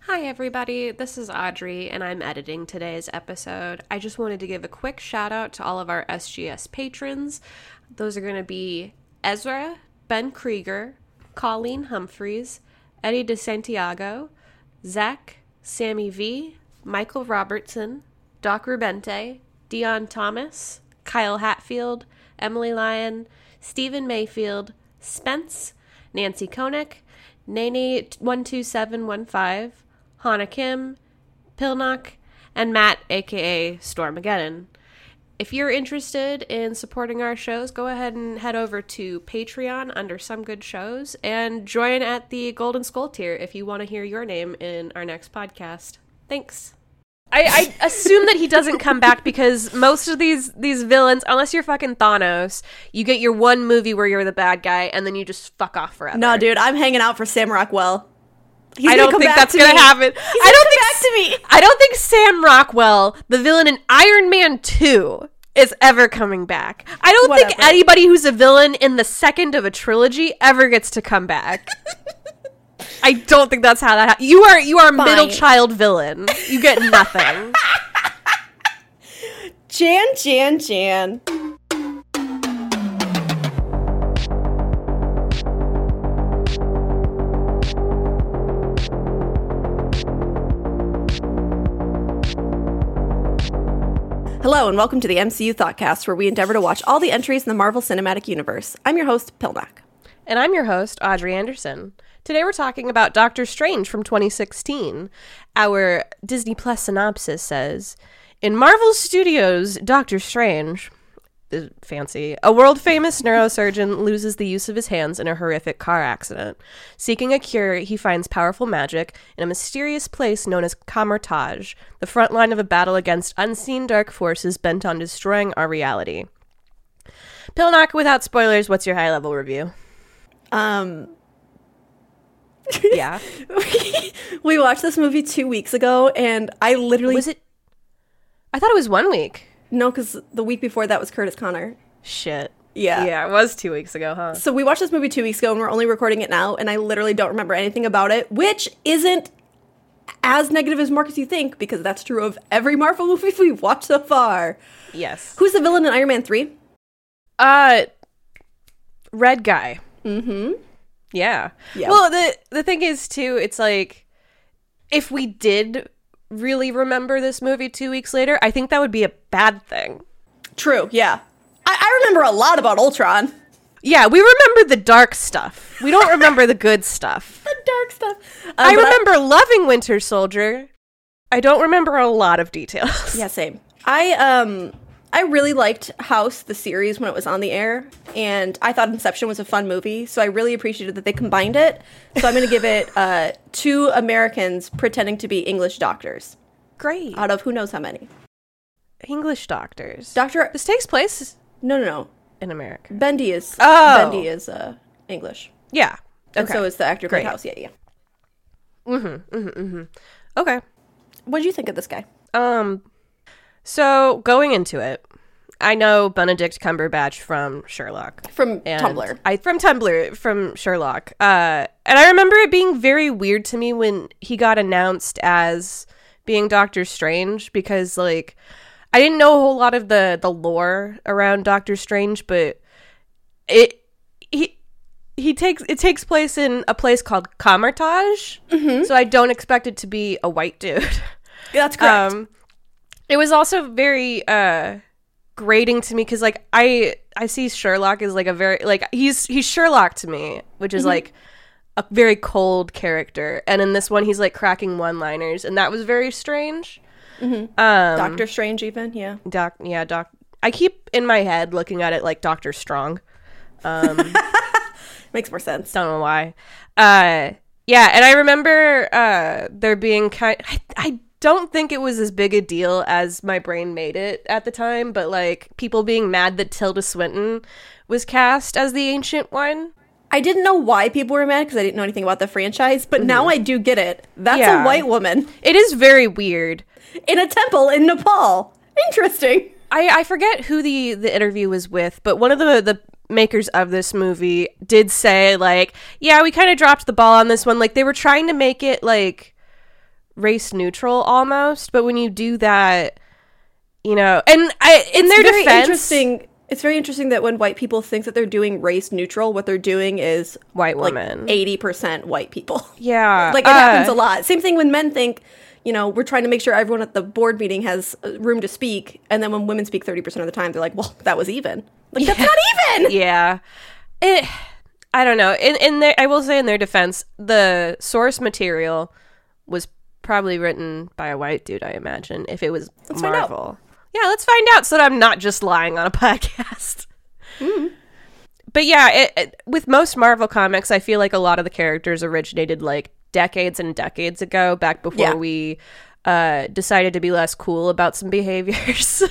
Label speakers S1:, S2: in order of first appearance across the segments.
S1: Hi, everybody. This is Audrey, and I'm editing today's episode. I just wanted to give a quick shout out to all of our SGS patrons. Those are going to be Ezra, Ben Krieger, Colleen Humphreys, Eddie DeSantiago, Zach, Sammy V, Michael Robertson, Doc Rubente, Dion Thomas, Kyle Hatfield, Emily Lyon, Stephen Mayfield, Spence, Nancy Koenig, Nene12715, Hannah Kim, Pilnock, and Matt, aka Stormageddon. If you're interested in supporting our shows, go ahead and head over to Patreon under Some Good Shows and join at the Golden Skull tier if you want to hear your name in our next podcast. Thanks. I, I assume that he doesn't come back because most of these these villains, unless you're fucking Thanos, you get your one movie where you're the bad guy and then you just fuck off forever.
S2: No, dude, I'm hanging out for Sam Rockwell. He's
S1: I
S2: gonna
S1: don't
S2: come
S1: think
S2: back
S1: that's
S2: to
S1: gonna
S2: me.
S1: happen.
S2: He's
S1: I don't
S2: gonna
S1: think
S2: come back to me.
S1: I don't think Sam Rockwell, the villain in Iron Man 2, is ever coming back. I don't think
S2: Whatever.
S1: anybody who's a villain in the second of a trilogy ever gets to come back. I don't think that's how that happens. You are you are a middle
S2: Fine.
S1: child villain. You get nothing.
S2: Jan, Jan, Jan. Hello, and welcome to the MCU Thoughtcast, where we endeavor to watch all the entries in the Marvel Cinematic Universe. I'm your host, Pilnock.
S1: And I'm your host, Audrey Anderson. Today we're talking about Doctor Strange from 2016. Our Disney Plus synopsis says In Marvel Studios, Doctor Strange, uh, fancy, a world famous neurosurgeon loses the use of his hands in a horrific car accident. Seeking a cure, he finds powerful magic in a mysterious place known as Kamertage, the front line of a battle against unseen dark forces bent on destroying our reality. Pilnock, without spoilers, what's your high level review?
S2: Um,
S1: Yeah.
S2: we watched this movie two weeks ago, and I literally
S1: Was it? I thought it was one week.
S2: no, because the week before that was Curtis Connor.
S1: Shit.
S2: Yeah.
S1: Yeah, it was two weeks ago, huh?
S2: So we watched this movie two weeks ago, and we're only recording it now, and I literally don't remember anything about it, which isn't as negative as Marcus you think, because that's true of every Marvel movie we've watched so far.
S1: Yes.
S2: Who's the villain in Iron Man three?
S1: Uh, red guy. Mm-hmm. Yeah.
S2: Yeah.
S1: Well, the the thing is too, it's like if we did really remember this movie two weeks later, I think that would be a bad thing.
S2: True, yeah. I, I remember a lot about Ultron.
S1: Yeah, we remember the dark stuff. We don't remember the good stuff.
S2: The dark stuff. Uh,
S1: I
S2: but
S1: remember loving Winter Soldier. I don't remember a lot of details.
S2: Yeah, same. I um I really liked House the series when it was on the air, and I thought Inception was a fun movie, so I really appreciated that they combined it. So I'm going to give it uh, two Americans pretending to be English doctors
S1: Great.
S2: out of who knows how many.
S1: Uh, English doctors.
S2: Doctor,
S1: This takes place
S2: no, no, no.
S1: in America.
S2: Bendy is
S1: Oh.
S2: Bendy is uh, English,
S1: Yeah.
S2: and so is the actor who played
S1: Great.
S2: House. Yeah, yeah.
S1: okay.
S2: What did you think of this guy?
S1: Um so going into it, I know Benedict Cumberbatch from Sherlock.
S2: From
S1: And
S2: Tumblr.
S1: I from Tumblr from Sherlock. Uh and I remember it being very weird to me when he got announced as being Doctor Strange because like I didn't know a whole lot of the the lore around Doctor Strange, but it he he takes it takes place in a place called Kamertage. So I don't expect it to be a white dude.
S2: That's correct.
S1: Um, it was also very uh, grating to me because like I I see Sherlock as like a very like he's he's Sherlock to me, which is like a very cold character, and in this one he's like cracking one liners, and that was very strange. um,
S2: Doctor Strange, even yeah.
S1: Doc, yeah, Doc. I keep in my head looking at it like Doctor Strong.
S2: Makes more sense.
S1: Don't know why. Uh, yeah, and I remember uh, there being kind. I, I don't think it was as big a deal as my brain made it at the time, but like people being mad that Tilda Swinton was cast as the Ancient One.
S2: I didn't know why people were mad because I didn't know anything about the franchise, but now I do get it. That's
S1: Mm-hmm. Yeah.
S2: a white woman.
S1: It is very weird.
S2: in a temple in Nepal. Interesting.
S1: I, I forget who the the interview was with, but one of the the makers of this movie did say like, yeah, we kind of dropped the ball on this one. Like they were trying to make it like race neutral almost, but when you do that, you know, and I in their
S2: very
S1: defense,
S2: interesting. It's very interesting that when white people think that they're doing race neutral, what they're doing is
S1: white
S2: like
S1: woman,
S2: eighty percent white people.
S1: yeah,
S2: like it
S1: uh,
S2: happens a lot. Same thing when men think, you know, we're trying to make sure everyone at the board meeting has uh, room to speak, and then when women speak thirty percent of the time, they're like, well, that was even. Like that's not even.
S1: yeah. It, I don't know. In in their, I will say in their defense, the source material was probably written by a white dude. I imagine if it was
S2: find out.
S1: Marvel. Yeah, let's find out so that I'm not just lying on a podcast.
S2: Hmm.
S1: But yeah, it, it, with most Marvel comics, I feel like a lot of the characters originated like decades and decades ago, back before
S2: Yeah.
S1: we uh, decided to be less cool about some behaviors.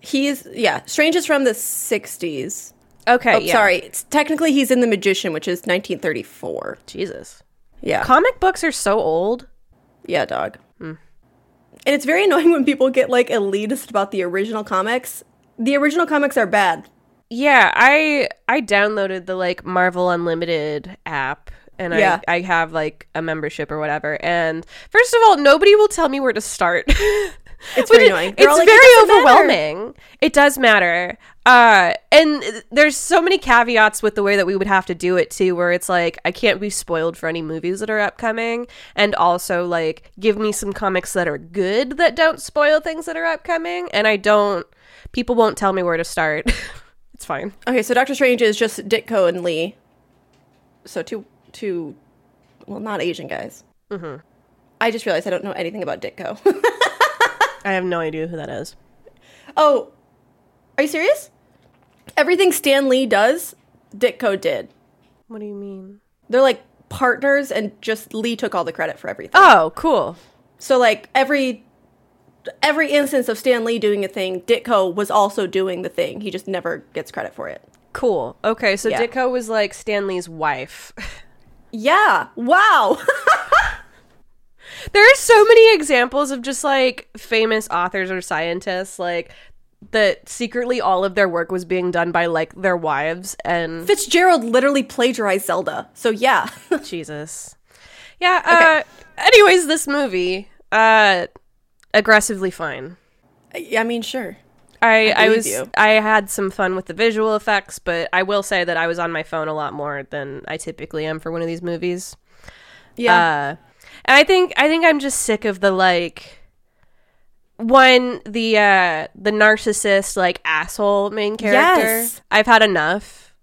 S2: He's yeah. Strange is from the '60s.
S1: okay,
S2: Oh,
S1: yeah.
S2: sorry. It's, technically, he's in The Magician, which is 1934.
S1: Jesus.
S2: Yeah. Hmm.
S1: Comic books are so old.
S2: Yeah, dog. And it's very annoying when people get like elitist about the original comics. The original comics are bad.
S1: Yeah, I I downloaded the like Marvel Unlimited app and
S2: Yeah.
S1: I I have like a membership or whatever. And first of all, nobody will tell me where to start. It's
S2: very annoying. They're
S1: it's
S2: all like, "It
S1: very
S2: doesn't matter."
S1: overwhelming. It does matter. Uh and there's so many caveats with the way that we would have to do it too where it's like I can't be spoiled for any movies that are upcoming and also like give me some comics that are good that don't spoil things that are upcoming and I don't people won't tell me where to start. it's fine.
S2: Okay, so Doctor Strange is just Ditko and Lee. So two two well, not Asian guys. Mm-hmm. I just realized I don't know anything about Ditko.
S1: I have no idea who that is.
S2: oh. Are you serious? Everything Stan Lee does, Ditko did.
S1: What do you mean?
S2: They're like partners and just Lee took all the credit for everything.
S1: Oh, cool.
S2: So like every every instance of Stan Lee doing a thing, Ditko was also doing the thing. He just never gets credit for it.
S1: Cool. Okay, so
S2: Yeah.
S1: Ditko was like Stanley's wife.
S2: Yeah. Wow.
S1: there are so many examples of just like famous authors or scientists like that secretly all of their work was being done by like their wives and
S2: Fitzgerald literally plagiarized Zelda. So yeah.
S1: Jesus. Yeah, uh anyways, this movie uh aggressively fine.
S2: I I mean, sure.
S1: I, I,
S2: believe
S1: was
S2: you.
S1: I had some fun with the visual effects, but I will say that I was on my phone a lot more than I typically am for one of these movies.
S2: Yeah.
S1: Uh, and I think I think I'm just sick of the like one the uh the narcissist like asshole main character.
S2: Yes.
S1: I've had enough.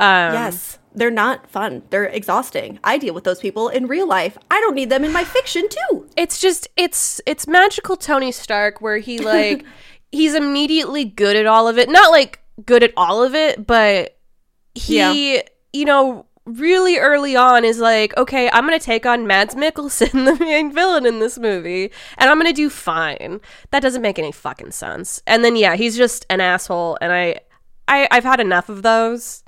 S1: Um
S2: yes. They're not fun. They're exhausting. I deal with those people in real life. I don't need them in my fiction too.
S1: it's just it's it's magical Tony Stark where he like he's immediately good at all of it. Not like good at all of it, but he you know really early on is like, okay, I'm gonna take on Mads Mikkelsen, the main villain in this movie, and I'm gonna do fine. That doesn't make any fucking sense. And then yeah, he's just an asshole, and I, I I've had enough of those.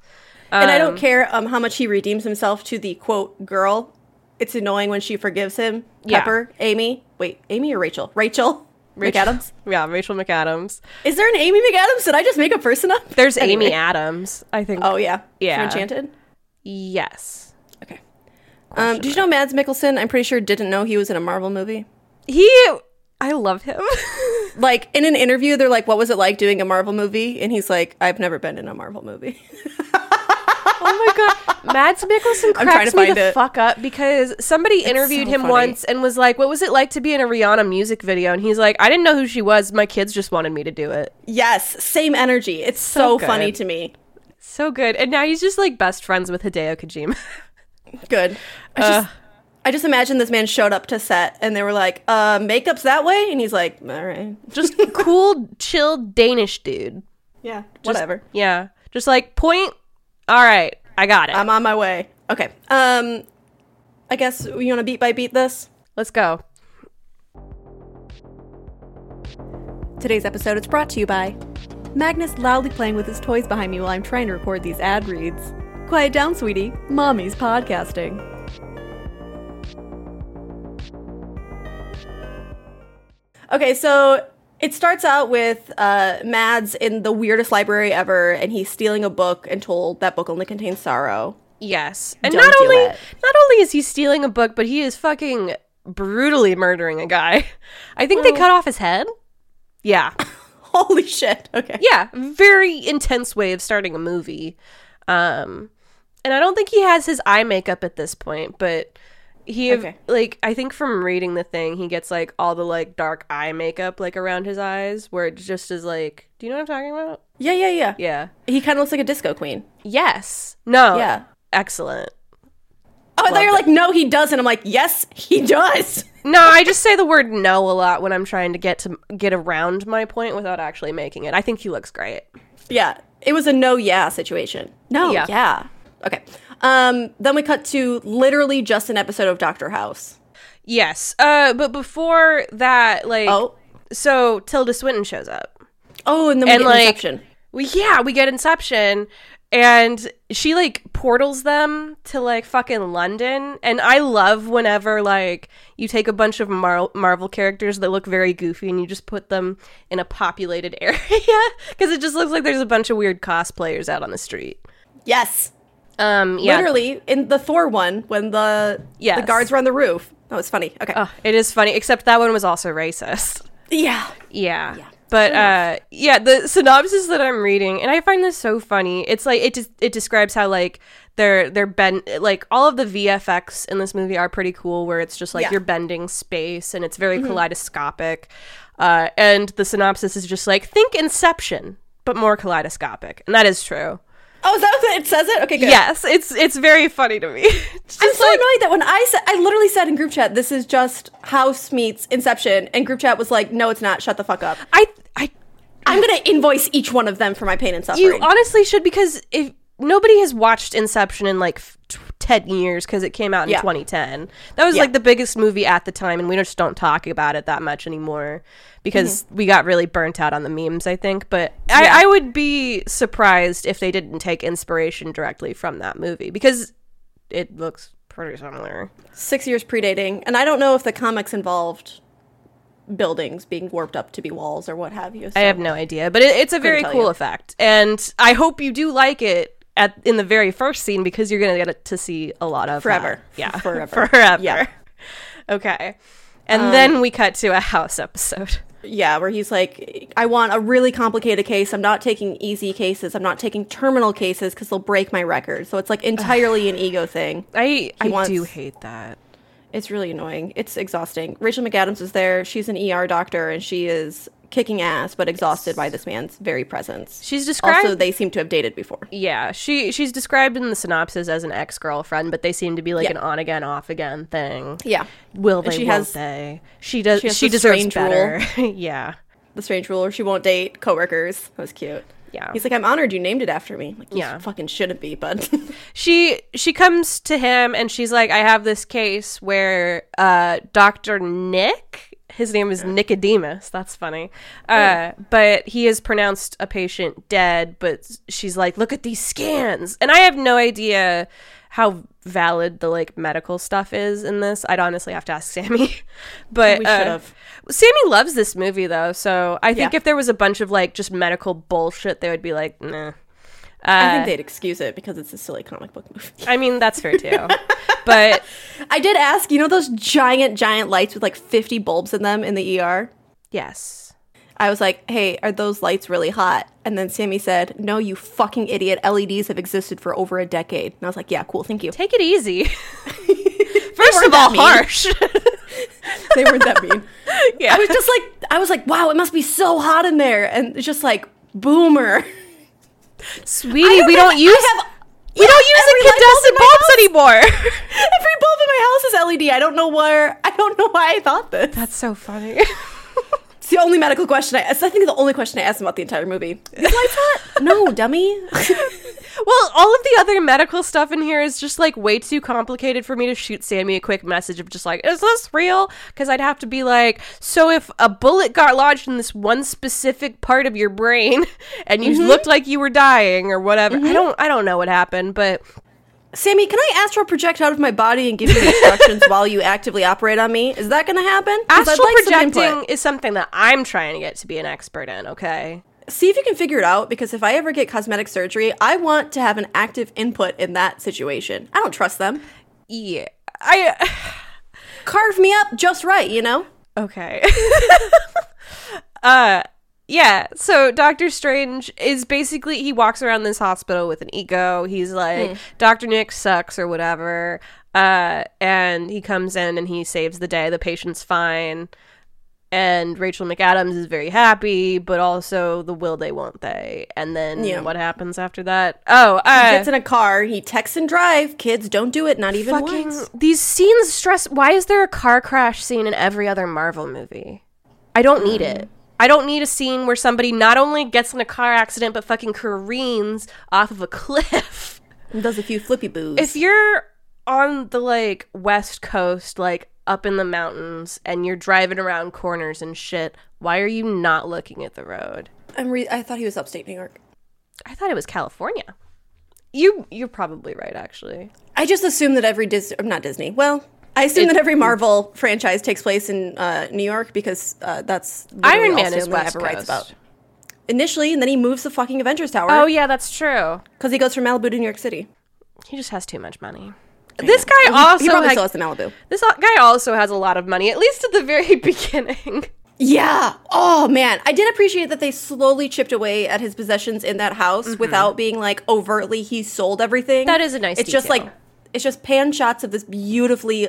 S2: and I don't care um, how much he redeems himself to the quote girl. It's annoying when she forgives him.
S1: Yeah.
S2: Pepper, Amy. Wait, Amy or Rachel? Rachel.
S1: Rachel-
S2: McAdams.
S1: Yeah, Rachel McAdams.
S2: Is there an Amy McAdams? Did I just make a person up?
S1: There's
S2: Anyway.
S1: Amy Adams. I think.
S2: Oh yeah,
S1: Yeah.
S2: From Enchanted.
S1: yes.
S2: Okay. Um, did you know Mads Mikkelsen? I'm pretty sure didn't know he was in a Marvel movie.
S1: He, I love him. Oh
S2: Like in an interview, they're like, "What was it like doing a Marvel movie?" And he's like, "I've never been in a Marvel movie."
S1: oh my god, Mads Mikkelsen
S2: I'm trying
S1: cracks
S2: to
S1: me
S2: find
S1: the
S2: it.
S1: fuck up because somebody interviewed
S2: so
S1: him
S2: funny.
S1: once and was like, "What was it like to be in a Rihanna music video?" And he's like, "I didn't know who she was. My kids just wanted me to do it."
S2: yes, same energy. It's so,
S1: good.
S2: funny to me.
S1: So good. And now he's just like best friends with Hideo Kojima.
S2: Good. I just, I just imagine this man showed up to set and they were like, uh, "Makeup's that way," and he's like, "All right,
S1: just cool, chill Danish dude.
S2: yeah, whatever."
S1: Yeah. Just like point. All right, I got it.
S2: I'm on my way. Okay. Um, I guess you want to beat by beat this.
S1: Let's go.
S2: Today's episode is brought to you by Magnus loudly playing with his toys behind me while I'm trying to record these ad reads. Quiet down, sweetie. Mommy's podcasting. Okay, so it starts out with uh, Mads in the weirdest library ever, and he's stealing a book and told that book only contains sorrow.
S1: Yes, and
S2: Don't
S1: not
S2: do
S1: only
S2: it.
S1: not only is he stealing a book, but he is fucking brutally murdering a guy. I think they cut off his head. Yeah.
S2: Holy shit. Okay.
S1: Yeah. Very intense way of starting a movie. Um and I don't think he has his eye makeup at this point, but he
S2: Okay.
S1: like I think from reading the thing, he gets like all the like dark eye makeup like around his eyes where it just is like, do you know what I'm talking about?
S2: Yeah, yeah, yeah.
S1: Yeah.
S2: He kind of looks like a disco queen.
S1: Yes. No.
S2: Yeah.
S1: Excellent.
S2: Oh, I thought you were like, no, he doesn't. I'm like, yes, he does.
S1: No, I just say the word no a lot when I'm trying to get to get around my point without actually making it. I think he looks great.
S2: Yeah. It was a no yeah situation. No,
S1: Yeah.
S2: yeah. Okay. Um, then we cut to literally just an episode of Doctor House.
S1: Yes. Uh but before that like
S2: Oh.
S1: so Tilda Swinton shows up.
S2: Oh, and then we
S1: And,
S2: get
S1: like-
S2: Inception.
S1: We yeah, we get Inception and she like portals them to like fucking London and I love whenever like you take a bunch of Mar- Marvel characters that look very goofy and you just put them in a populated area cuz it just looks like there's a bunch of weird cosplayers out on the street.
S2: Yes.
S1: Um yeah.
S2: Literally in the Thor one when the
S1: Yes.
S2: the guards were on the roof. That was funny. Okay.
S1: Oh, it is funny, except that one was also racist.
S2: yeah.
S1: Yeah. But uh, yeah, the synopsis that I'm reading, and I find this so funny. It's like it just it describes how like they're they're bend like all of the VFX in this movie are pretty cool, where it's just like
S2: Yeah.
S1: you're bending space and it's very kaleidoscopic. Uh, and the synopsis is just like think Inception, but more kaleidoscopic, and that is true.
S2: Oh, is that what it says it? Okay, good.
S1: Yes, it's it's very funny to me. It's
S2: I'm
S1: just
S2: so annoyed that when I said, I literally said in group chat, this is just House meets Inception, and group chat was like, no, it's not. Shut the fuck up.
S1: I I
S2: I'm gonna invoice each one of them for my pain and suffering.
S1: You honestly should because if nobody has watched Inception in like f- t- 10 years because it came out in
S2: Yeah.
S1: 2010. That was
S2: Yeah.
S1: like the biggest movie at the time and we just don't talk about it that much anymore because
S2: Mm-hmm.
S1: we got really burnt out on the memes, I think. But I, I would be surprised if they didn't take inspiration directly from that movie because it looks pretty similar.
S2: Six years predating, and I don't know if the comics involved buildings being warped up to be walls or what have you. So.
S1: I have no idea, but it, it's a very
S2: tell
S1: cool
S2: you.
S1: effect, and I hope you do like it at in the very first scene because you're gonna get to see a lot of that.
S2: Forever.
S1: yeah,
S2: Forever.
S1: forever. Um,
S2: Yeah.
S1: Okay, and then we cut to a house episode.
S2: Yeah, where he's like, I want a really complicated case. I'm not taking easy cases. I'm not taking terminal cases because they'll break my record. So it's like entirely an ego thing.
S1: I I
S2: wants-
S1: do hate that.
S2: It's really annoying. It's exhausting. Rachel McAdams is there. She's an ER doctor and she is kicking ass, but exhausted by this man's very presence.
S1: She's described.
S2: Also, they seem to have dated before.
S1: yeah, she she's described in the synopsis as an ex girlfriend, but they seem to be like
S2: Yeah.
S1: an on again, off again thing.
S2: Yeah.
S1: Will they?
S2: she
S1: won't
S2: has-
S1: they? She does. She,
S2: she has the
S1: deserves
S2: strange rule.
S1: better. yeah.
S2: The strange ruler. She won't date coworkers. That was cute.
S1: Yeah.
S2: He's like, I'm honored you named it after me. I'm like, you
S1: Yeah.
S2: fucking shouldn't be, bud.
S1: she she comes to him and she's like i have this case where uh dr nick his name is nicodemus that's funny uh but he has pronounced a patient dead but she's like look at these scans and i have no idea how valid the like medical stuff is in this i'd honestly have to ask sammy but
S2: We
S1: uh,
S2: should've.
S1: sammy loves this movie though so i think
S2: Yeah.
S1: if there was a bunch of like just medical bullshit they would be like nah Uh,
S2: I think they'd excuse it because it's a silly comic book movie.
S1: i mean that's fair too but
S2: I did ask, you know those giant, giant lights with like 50 bulbs in them in the ER?
S1: Yes.
S2: I was like, hey, are those lights really hot? And then Sammy said, no, you fucking idiot. LEDs have existed for over a decade. And I was like, yeah, cool, thank you.
S1: Take it easy. First of all,
S2: that mean.
S1: harsh.
S2: they weren't that mean.
S1: yeah.
S2: I was just like, I was like, wow, it must be so hot in there. And it's just like, boomer.
S1: Sweetie,
S2: I
S1: we don't
S2: have-
S1: use
S2: I have-
S1: we don't use
S2: every light
S1: incandescent bulbs anymore.
S2: Every bulb in my house is LED. I don't know where, I don't know why I thought this.
S1: That's so funny.
S2: It's the only medical question I asked. I think the only question I asked him about the entire movie. These lights hot? No, dummy.
S1: well, all of the other medical stuff in here is just like way too complicated for me to shoot Sammy a quick message of just like, is this real? Because I'd have to be like, so if a bullet got lodged in this one specific part of your brain and you looked like you were dying or whatever, I don't, I don't know what happened, but
S2: Sammy, can I astral project out of my body and give you instructions while you actively operate on me? Is that going to happen? 'Cause I'd
S1: astral
S2: like some input.
S1: projecting is something that I'm trying to get to be an expert in. Okay.
S2: See if you can figure it out because if I ever get cosmetic surgery, I want to have an active input in that situation. I don't trust them.
S1: Yeah. I.
S2: carve me up just right, you know?
S1: Okay. uh yeah, so Doctor Strange is basically he walks around this hospital with an ego. He's like,
S2: Hmm.
S1: Doctor Nick sucks or whatever. Uh and he comes in and he saves the day. The patient's fine. And Rachel McAdams is very happy, but also the will they won't they. And then
S2: Yeah.
S1: what happens after that? Oh, uh,
S2: Gets in a car, he texts and drive. Kids, don't do it, not even
S1: fucking
S2: once.
S1: these scenes stress why is there a car crash scene in every other marvel movie i don't need it i don't need a scene where somebody not only gets in a car accident but fucking careens off of a cliff
S2: And does a few flippy boos.
S1: if you're on the like west coast like up in the mountains and you're driving around corners and shit why are you not looking at the road
S2: I'm re- I thought he was upstate New York.
S1: i thought it was california you you're probably right actually
S2: I just assume that every Disney, not Disney. Well, I assume that every Marvel franchise takes place in uh, New York because uh, that's literally
S1: iron
S2: all
S1: man is
S2: Stanley
S1: west
S2: ever
S1: coast
S2: writes about. Initially, and then he moves the fucking Avengers
S1: oh
S2: Tower
S1: yeah that's true
S2: because he goes from Malibu to New York City.
S1: He just has too much money. This guy also
S2: he probably
S1: had-
S2: still has the Malibu.
S1: this o- guy also has a lot of money, at least at the very beginning.
S2: Yeah. Oh man, I did appreciate that they slowly chipped away at his possessions in that house without being like overtly he sold everything.
S1: Mm-hmm. That is a nice
S2: It's just
S1: detail.
S2: like it's just pan shots of this beautifully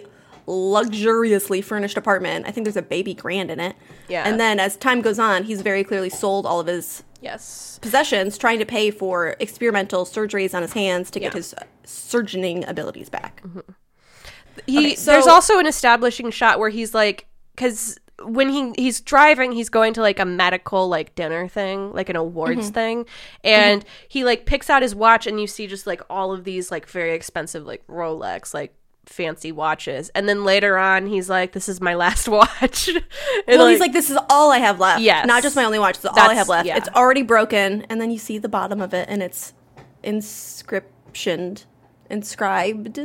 S2: luxuriously furnished apartment. I think there's a baby grand in it.
S1: Yeah.
S2: And then as time goes on, he's very clearly sold all of his
S1: Yes.
S2: possessions trying to pay for experimental surgeries on his hands to get
S1: Yeah.
S2: his uh, surgeoning abilities back.
S1: He
S2: so-
S1: there's also an establishing shot where he's like cuz when he he's driving, he's going to like a medical like dinner thing, like an awards
S2: Mm-hmm.
S1: thing, and he like picks out his watch and you see just like all of these like very expensive like Rolex like fancy watches. And then later on he's like this is my last watch. And,
S2: Well, he's like, this is all I have left.
S1: Yes.
S2: Not just my only watch. This is all I
S1: That's-
S2: have left.
S1: yeah.
S2: It's already broken. And then you see the bottom of it and it's inscriptioned, inscribed.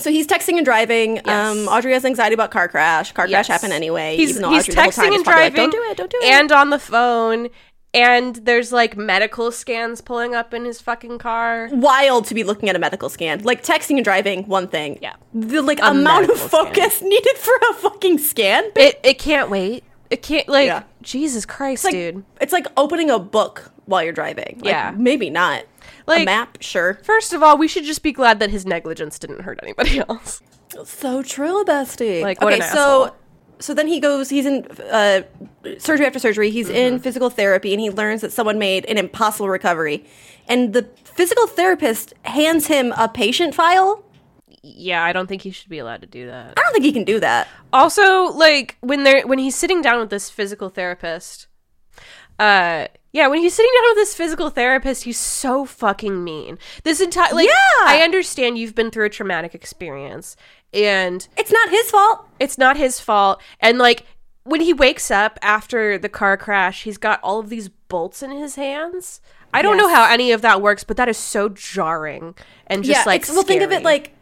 S2: So he's texting and driving. Um, Audrey has anxiety about car crash. Car
S1: Yes.
S2: crash happened anyway.
S1: He's,
S2: even though
S1: he's
S2: Audrey the whole time
S1: texting
S2: is
S1: and
S2: probably like,
S1: driving.
S2: don't do it. Don't do it.
S1: And on the phone. And there's like medical scans pulling up in his fucking car.
S2: wild to be looking at a medical scan. Like texting and driving, one thing.
S1: Yeah.
S2: The like amount of
S1: medical scan.
S2: focus needed for a fucking scan.
S1: It it can't wait. It can't like
S2: Yeah.
S1: Jesus Christ,
S2: Like,
S1: dude.
S2: It's like opening a book while you're driving. Like,
S1: Yeah.
S2: Maybe not.
S1: Like-
S2: a map, sure.
S1: First of all, we should just be glad that his negligence didn't hurt anybody else.
S2: So true, bestie.
S1: Like, what an asshole.
S2: so so then he goes. He's in uh, surgery after surgery. He's
S1: Mm-hmm.
S2: in physical therapy, and he learns that someone made an impossible recovery. And the physical therapist hands him a patient file.
S1: Yeah, I don't think he should be allowed to do that.
S2: I don't think he can do that.
S1: Also, like when they're when he's sitting down with this physical therapist, uh yeah, when he's sitting down with this physical therapist, he's so fucking mean. This entire like
S2: Yeah!
S1: I understand you've been through a traumatic experience and
S2: It's not his fault.
S1: it's not his fault and like when he wakes up after the car crash, he's got all of these bolts in his hands. I don't know
S2: Yes.
S1: how any of that works, but that is so jarring and just like
S2: it's- well, think of
S1: scary.
S2: it like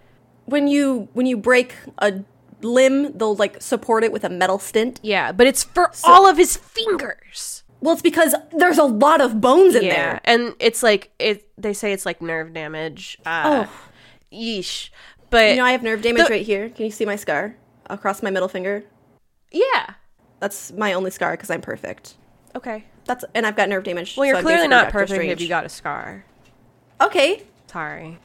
S2: when you when you break a limb, they'll like support it with a metal stint.
S1: yeah, but it's for all of his fingers.
S2: Well, it's because there's a lot of bones in there.
S1: and it's like it. They say it's like nerve damage. Uh, yeesh. But
S2: You know, I have nerve damage
S1: The-
S2: right here. Can you see my scar across my middle finger?
S1: yeah,
S2: That's my only scar because I'm perfect.
S1: okay.
S2: That's and I've got nerve damage.
S1: Well, you're
S2: so I'm
S1: clearly
S2: basically
S1: not
S2: Dr.
S1: perfect if
S2: Strange.
S1: you got a scar.
S2: Okay,
S1: Sorry.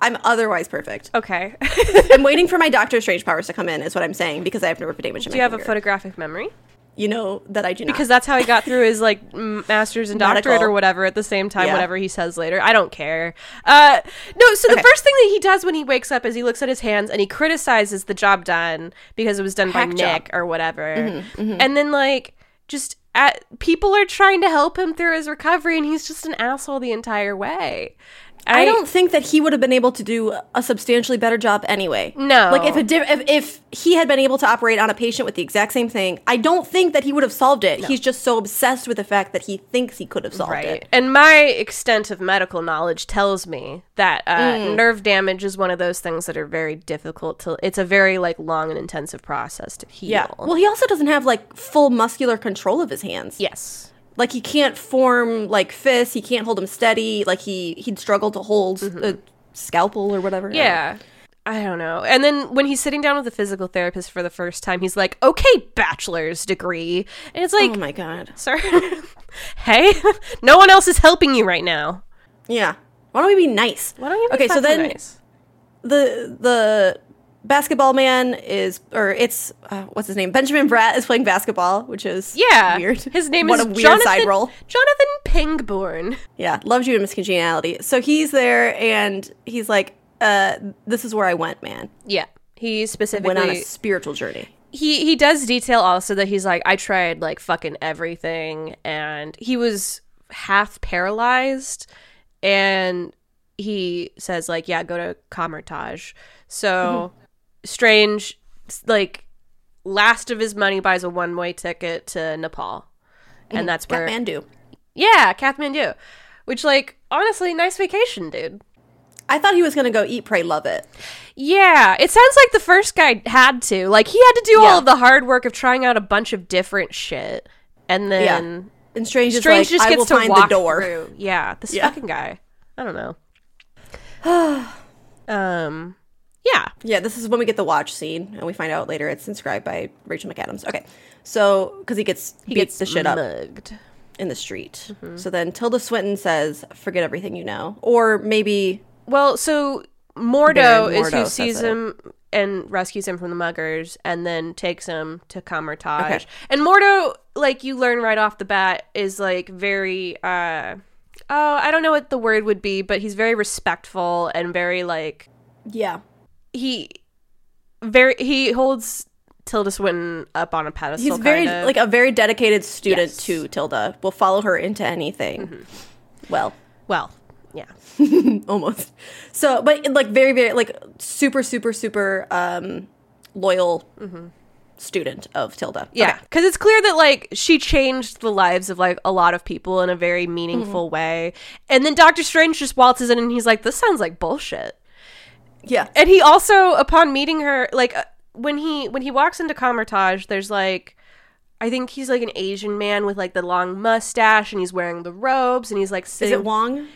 S2: I'm otherwise perfect.
S1: Okay.
S2: I'm waiting for my Doctor Strange powers to come in, is what I'm saying, because I have nerve damage. In
S1: do
S2: my
S1: you have a
S2: finger.
S1: photographic memory?
S2: You know that I do not.
S1: Because that's how he got through his like m- master's and doctorate or
S2: Medical.
S1: whatever at the same time.
S2: Yeah.
S1: Whatever he says later, I don't care. Uh, no. So the
S2: Okay.
S1: first thing that he does when he wakes up is he looks at his hands and he criticizes the job done because it was done by
S2: Hack job. Mm-hmm,
S1: Nick or whatever, and then like just at, people are trying to help him through his recovery and he's just an asshole the entire way.
S2: I don't think that he would have been able to do a substantially better job anyway.
S1: No.
S2: like if a di- if, if he had been able to operate on a patient with the exact same thing, I don't think that he would have solved it. He's just so obsessed with the fact that he thinks he could have solved
S1: Right.
S2: it.
S1: And my extent of medical knowledge tells me that uh,
S2: Mm.
S1: nerve damage is one of those things that are very difficult to. It's a very like long and intensive process to heal.
S2: Yeah. Well, he also doesn't have like full muscular control of his hands.
S1: yes.
S2: like he can't form like fists he can't hold them steady like he he'd struggle to hold a scalpel or whatever
S1: Mm-hmm. Yeah. I don't know. And then when he's sitting down with the physical therapist for the first time, he's like, "Okay, bachelor's degree," and it's like,
S2: Oh my god.
S1: "Sir, hey, no one else is helping you right now.
S2: Yeah. Why don't we be nice?
S1: Why don't you?" Be
S2: Okay, so
S1: fucking
S2: then
S1: nice?
S2: the the basketball man is or it's uh, what's his name? Benjamin Bratt is playing basketball, which is
S1: yeah,
S2: weird.
S1: His name
S2: what
S1: is
S2: a weird
S1: Jonathan,
S2: side role.
S1: Jonathan Pangborn.
S2: Yeah, loves you and miscongeniality. So he's there and he's like, uh, "This is where I went, man.
S1: Yeah, he specifically
S2: Went on a spiritual journey."
S1: he he does detail also that he's like I tried like fucking everything and he was half paralyzed and he says like yeah go to Comertage. So strange like last of his money buys a one-way ticket to Nepal. And that's where
S2: Kathmandu.
S1: Yeah, Kathmandu. Which like honestly nice vacation, dude.
S2: I thought he was gonna go eat, pray, love it.
S1: Yeah, it sounds like the first guy had to. Like he had to do all
S2: Yeah.
S1: of the hard work of trying out a bunch of different shit, and
S2: Yeah,
S1: then
S2: and strange, is
S1: Strange
S2: like,
S1: just
S2: I will
S1: gets to
S2: find
S1: walk
S2: the door.
S1: through. Yeah, this
S2: Yeah.
S1: fucking guy. I don't know. um, yeah,
S2: Yeah, this is when we get the watch scene, and we find out later it's inscribed by Rachel McAdams. Okay, so because he gets
S1: he
S2: beats
S1: gets Mm-hmm.
S2: the shit up.
S1: mugged.
S2: in the street. So then Tilda Swinton says, "Forget everything you know," or maybe
S1: Well, so Mordo
S2: Baron
S1: is who
S2: Mordo
S1: sees
S2: says it.
S1: him and rescues him from the muggers and then takes him to Kamertage.
S2: Okay.
S1: And Mordo, like you learn right off the bat, is like very uh oh, I don't know what the word would be, but he's very respectful and very like
S2: yeah,
S1: he very he holds Tilda Swinton up on a pedestal.
S2: he's very
S1: kind of.
S2: like a very dedicated student
S1: Yes. Mm-hmm.
S2: to Tilda. Will follow her into anything. Well,
S1: well, yeah.
S2: almost. So, but like very very like super super super um loyal student of Tilda.
S1: Mm-hmm. Yeah,
S2: Okay.
S1: because it's clear that like she changed the lives of like a lot of people in a very meaningful
S2: Mm-hmm.
S1: way, and then Doctor Strange just waltzes in and he's like, "This sounds like bullshit."
S2: yeah.
S1: And he also, upon meeting her, like uh, when he when he walks into Comertage, there's like, I think he's like an Asian man with like the long mustache, and he's wearing the robes, and he's like
S2: Is
S1: sitting.
S2: it Wong?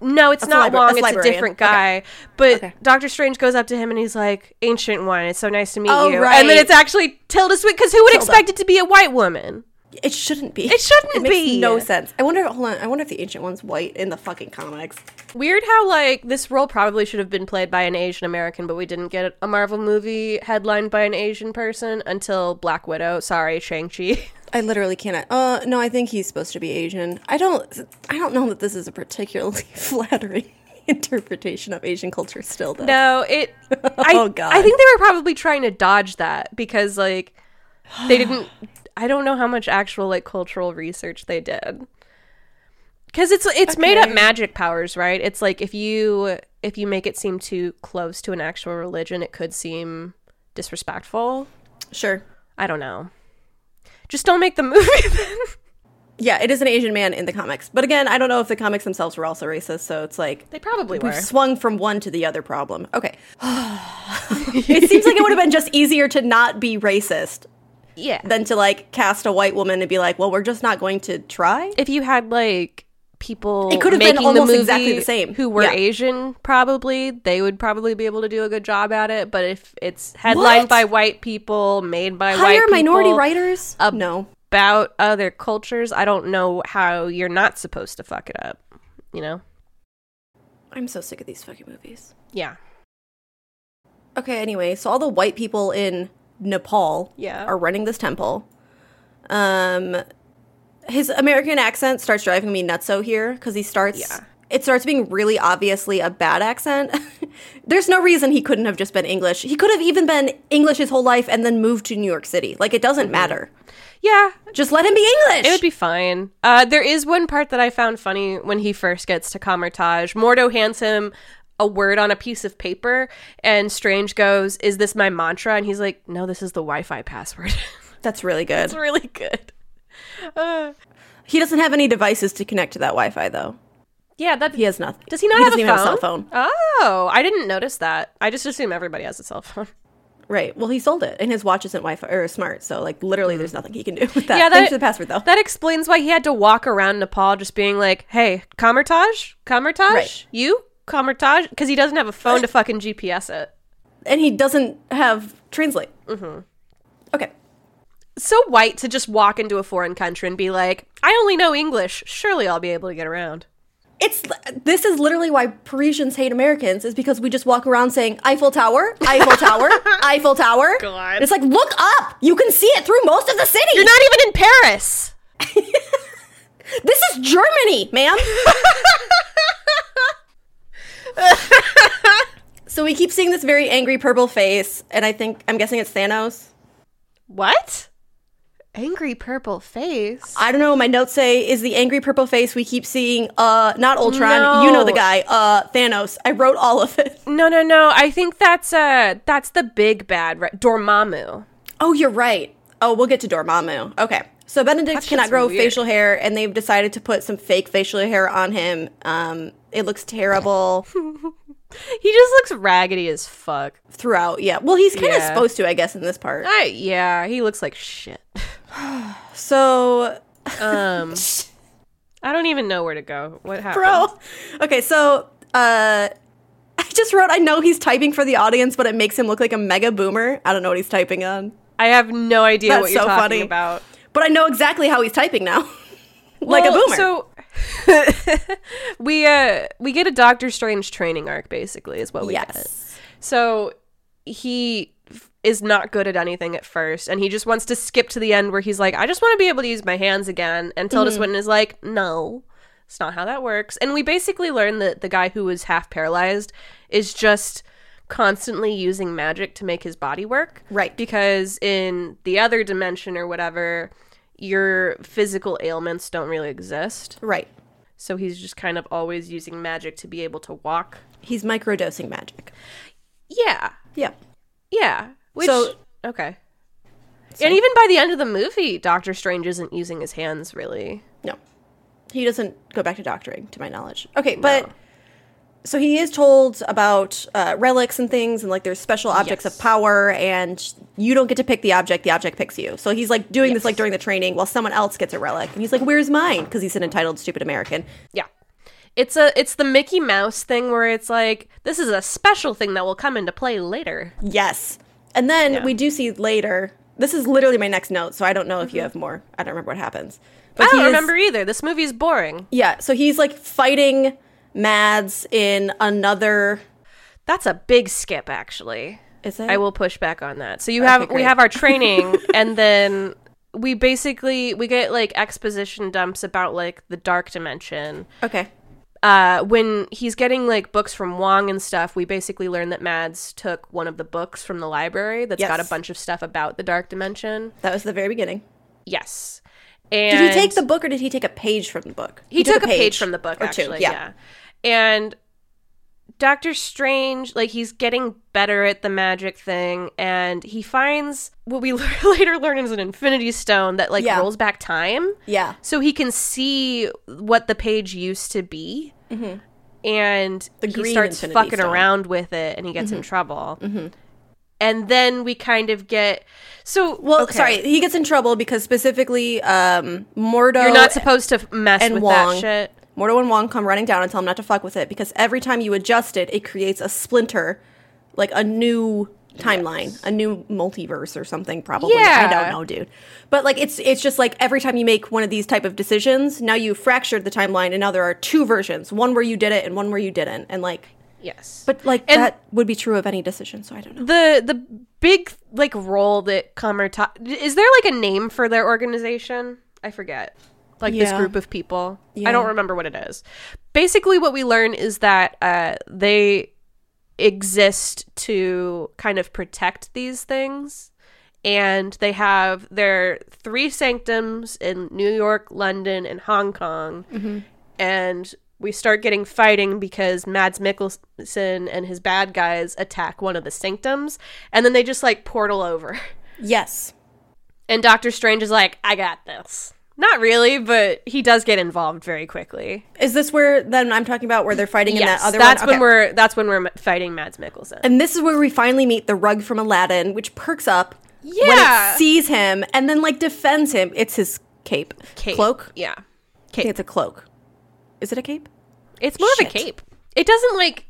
S1: No, it's
S2: a
S1: not
S2: libra-
S1: Wong.
S2: that's
S1: It's a
S2: librarian.
S1: different
S2: Okay.
S1: guy. But
S2: Okay.
S1: Doctor Strange goes up to him and he's like, "Ancient one, it's so nice to meet
S2: Oh,
S1: you." And
S2: right.
S1: then it's actually Tilda Swinton because who would
S2: Tilda.
S1: expect it to be a white woman?
S2: It shouldn't be.
S1: It shouldn't
S2: makes
S1: be.
S2: No sense. I wonder. Hold on. I wonder if the ancient one's white in the fucking comics.
S1: Weird how like this role probably should have been played by an Asian American, but we didn't get a Marvel movie headlined by an Asian person until Black Widow. Sorry, Shang Chi.
S2: I literally cannot. Uh, no, I think he's supposed to be Asian. I don't. I don't know that this is a particularly flattering interpretation of Asian culture. Still, though.
S1: no, it. I,
S2: Oh, God.
S1: I think they were probably trying to dodge that because like they didn't. I don't know how much actual like cultural research they did. Because it's it's made up
S2: Okay.
S1: magic powers, right? It's like if you if you make it seem too close to an actual religion, it could seem disrespectful.
S2: Sure.
S1: I don't know. Just don't make the movie then.
S2: Yeah, it is an Asian man in the comics, but again, I don't know if the comics themselves were also racist. So it's like
S1: They probably
S2: we've
S1: were.
S2: swung from one to the other problem. Okay. it seems like it would have been just easier to not be racist
S1: Yeah.
S2: than to like cast a white woman and be like, well, we're just not going to try.
S1: If you had like people
S2: It could have been
S1: making the
S2: almost
S1: movie
S2: exactly the same.
S1: who were
S2: Yeah.
S1: Asian, probably they would probably be able to do a good job at it. But if it's headlined
S2: What?
S1: by white people, made by white
S2: Hire
S1: people,
S2: minority writers?
S1: ab-
S2: no.
S1: about other cultures, I don't know how you're not supposed to fuck it up. You know?
S2: I'm so sick of these fucking movies.
S1: Yeah.
S2: Okay, anyway, so all the white people in Nepal
S1: Yeah.
S2: are running this temple. Um his American accent starts driving me nutso here cuz he starts
S1: Yeah.
S2: it starts being really obviously a bad accent. There's no reason he couldn't have just been English. He could have even been English his whole life and then moved to New York City. Like it doesn't matter.
S1: Yeah.
S2: Just let him be English.
S1: Mm-hmm. It would be fine. Uh, there is one part that I found funny when he first gets to Comertage. Mordo hands him a word on a piece of paper, and Strange goes, Is this my mantra? And he's like, No, this is the Wi Fi password.
S2: That's really good.
S1: it's really good. Uh,
S2: He doesn't have any devices to connect to that Wi-Fi though.
S1: yeah, that.
S2: He has nothing.
S1: Does he not
S2: he
S1: have,
S2: doesn't
S1: a,
S2: even
S1: phone?
S2: have a cell phone?
S1: Oh, I didn't notice that. I just assume everybody has a cell phone.
S2: Right. Well, he sold it, and his watch isn't Wi-Fi or smart, so like literally, there's nothing he can do with that.
S1: Hmm. Yeah,
S2: Yeah,
S1: that-
S2: thanks for the password though.
S1: That explains why he had to walk around Nepal just being like, hey, Comertage? Comertage?
S2: Right.
S1: You? Comertage? Because he doesn't have a phone to fucking GPS it.
S2: and he doesn't have translate. Mm-hmm. Okay.
S1: so white to just walk into a foreign country and be like, I only know English. Surely I'll be able to get around.
S2: It's this is literally why Parisians hate Americans is because we just walk around saying Eiffel Tower, Eiffel Tower, Eiffel Tower.
S1: God.
S2: It's like look up. You can see it through most of the city.
S1: You're not even in Paris.
S2: this is Germany, ma'am. so we keep seeing this very angry purple face, and I think I'm guessing it's Thanos.
S1: What? Angry purple face.
S2: I don't know. My notes say is the angry purple face we keep seeing. Uh, not Ultron. You know
S1: No.
S2: the guy. Uh, Thanos. I wrote all of it.
S1: No, no, no. I think that's uh that's the big bad, right? Dormammu.
S2: Oh, you're right. Oh, we'll get to Dormammu. Okay. So Benedict cannot
S1: shit's
S2: grow
S1: weird.
S2: facial hair, and they've decided to put some fake facial hair on him. Um, it looks terrible
S1: He just looks raggedy as fuck.
S2: throughout. Yeah. Well, he's kind of
S1: Yeah.
S2: supposed to, I guess, in this part.
S1: I yeah, he looks like shit.
S2: So,
S1: Um I don't even know where to go. What happened?
S2: bro. Okay. So, uh, I just wrote. I know he's typing for the audience, but it makes him look like a mega boomer. I don't know what he's typing on.
S1: I have no idea
S2: That's
S1: what you're
S2: so
S1: talking
S2: funny.
S1: about.
S2: But I know exactly how he's typing now. like a
S1: Well,
S2: boomer.
S1: So we uh we get a Doctor Strange training arc basically is what we get.
S2: yes.
S1: So he f- is not good at anything at first, and he just wants to skip to the end where he's like, I just want to be able to use my hands again. And Tilda Swinton is like, No, it's not how that works. And we basically learn that the guy who was half paralyzed is just constantly using magic to make his body work.
S2: Right.
S1: Because in the other dimension or whatever, your physical ailments don't really exist.
S2: Right.
S1: So he's just kind of always using magic to be able to walk.
S2: He's microdosing magic.
S1: Yeah.
S2: Yeah.
S1: Yeah. Which,
S2: So-
S1: okay. And even by the end of the movie, Doctor Strange isn't using his hands really.
S2: No. He doesn't go back to doctoring, to my knowledge. Okay, but so he is told about uh, relics and things, and like there's special objects
S1: Yes.
S2: of power, and you don't get to pick the object, the object picks you. So he's like doing this
S1: Yes.
S2: like during the training while someone else gets a relic, and he's like, Where's mine? Because he's an entitled, stupid American.
S1: Yeah. It's a it's the Mickey Mouse thing where it's like this is a special thing that will come into play later.
S2: Yes. And then we do see later, this is literally my next note, so I don't know if you have more. I don't remember what happens.
S1: Mm-hmm. I
S2: But he
S1: don't
S2: is-
S1: remember either. This movie is boring.
S2: Yeah, so he's like fighting Mads in another.
S1: That's a big skip actually.
S2: Is it?
S1: I will push back on that. So you have we
S2: great.
S1: have our training and then we basically we get like exposition dumps about like the dark dimension
S2: Okay.
S1: uh, when he's getting like books from Wong and stuff, we basically learn that Mads took one of the books from the library that's
S2: Yes.
S1: got a bunch of stuff about the Dark Dimension.
S2: That was the very beginning.
S1: Yes. And
S2: Did he take the book or did he take a page from the book?
S1: He, took, a page. from the book,
S2: Or two,
S1: actually.
S2: yeah.
S1: yeah. And Doctor Strange, like he's getting better at the magic thing, and he finds what we later learn is an Infinity Stone that like
S2: Yeah.
S1: rolls back time.
S2: Yeah.
S1: so he can see what the page used to be and he
S2: Mm-hmm. green
S1: starts
S2: Infinity
S1: fucking
S2: Stone. Mm-hmm.
S1: around with it and he gets in trouble and then we kind of get so
S2: Well,
S1: okay,
S2: sorry, he gets in trouble because specifically um, Mordo
S1: you're not supposed to f- mess
S2: and
S1: with that
S2: Wong.
S1: shit
S2: Mordo and Wong come running down and tell him not to fuck with it because every time you adjust it, it creates a splinter, like a new timeline, a new multiverse or something probably. I
S1: Yeah.
S2: don't know, dude. But like it's it's just like every time you make one of these type of decisions, now you fractured the timeline and now there are two versions, one where you did it and one where you didn't. And like
S1: yes
S2: but like
S1: And-
S2: that would be true of any decision, so I don't know.
S1: the the big like role that Kamerta is there like a name for their organization? I forget. Like this
S2: Yeah.
S1: group of people. I
S2: Yeah.
S1: don't remember what it is. Basically what we learn is that uh they exist to kind of protect these things and they have their three sanctums in New York, London, and Hong Kong.
S2: Mm-hmm.
S1: And we start getting fighting because Mads Mikkelsen and his bad guys attack one of the sanctums, and then they just like portal over.
S2: Yes.
S1: And Doctor Strange is like, "I got this." Not really, but he does get involved very quickly.
S2: Is this where then I'm talking about where they're fighting in
S1: Yes,
S2: that other
S1: that's
S2: one?
S1: when we're that's when we're fighting Mads Mikkelsen.
S2: And this is where we finally meet the rug from Aladdin, which perks up when
S1: Yeah.
S2: it sees him and then like defends him. It's his cape.
S1: Cape.
S2: Cloak?
S1: yeah,
S2: I think it's a cloak. Is it a cape?
S1: it's more of a
S2: Shit.
S1: cape. It doesn't like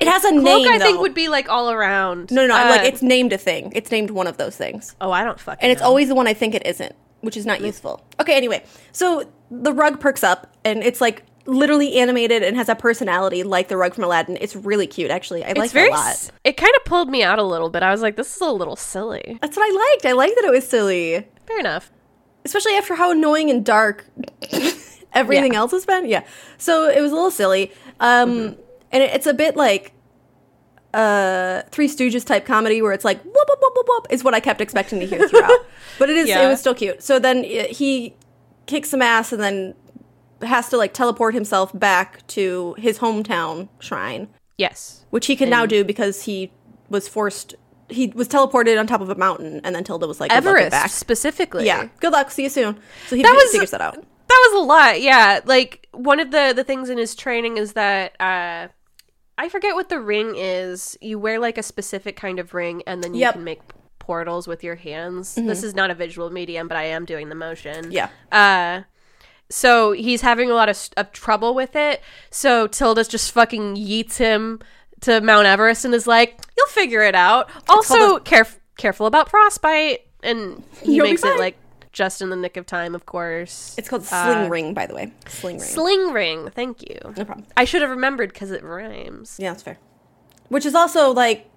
S2: It has a
S1: Cloak,
S2: name.
S1: I think,
S2: though.
S1: would be like all around.
S2: no, no, no. I'm like
S1: Uh,
S2: it's named a thing. It's named one of those things.
S1: Oh, I don't fucking.
S2: and it's
S1: know.
S2: always the one I think it isn't, which is not useful. Okay, anyway, so the rug perks up, and it's like literally animated and has a personality like the rug from Aladdin. It's really cute, actually. I like
S1: It's very.
S2: it a lot.
S1: s- It kind of pulled me out a little bit. I was like, this is a little silly.
S2: That's what I liked. I liked that it was silly,
S1: Fair enough.
S2: especially after how annoying and dark everything
S1: Yeah.
S2: else has been. Yeah, so it was a little silly, um,
S1: Mm-hmm.
S2: and it, it's a bit like. Uh, Three Stooges type comedy where it's like whoop whoop whoop whoop whoop is what I kept expecting to hear throughout, but it is it
S1: Yeah.
S2: was still cute. So then uh, he kicks some ass and then has to like teleport himself back to his hometown shrine,
S1: Yes.
S2: which he can now do because he was forced. He was teleported on top of a mountain, and then Tilda was like, "Good luck, get
S1: Everest
S2: back."
S1: specifically.
S2: Yeah. Good luck. See you soon. So he
S1: That
S2: fi-
S1: was-
S2: figures that out.
S1: That was a lot. Yeah. Like one of the the things in his training is that uh I forget what the ring is. You wear like a specific kind of ring and then you
S2: Yep. Mm-hmm.
S1: can make portals with your hands. This is not a visual medium, but I am doing the motion.
S2: Yeah.
S1: Uh so he's having a lot of, s- of trouble with it. So Tilda just fucking yeets him to Mount Everest and is like, "You'll figure it out." Also, caref- careful about frostbite, and he
S2: You'll be
S1: makes it
S2: fine.
S1: like just in the nick of time, of course.
S2: It's called Sling Ring, by the way. Sling Ring.
S1: uh, Sling ring, thank you.
S2: no problem.
S1: I should have remembered because it rhymes.
S2: Yeah, that's fair. Which is also like,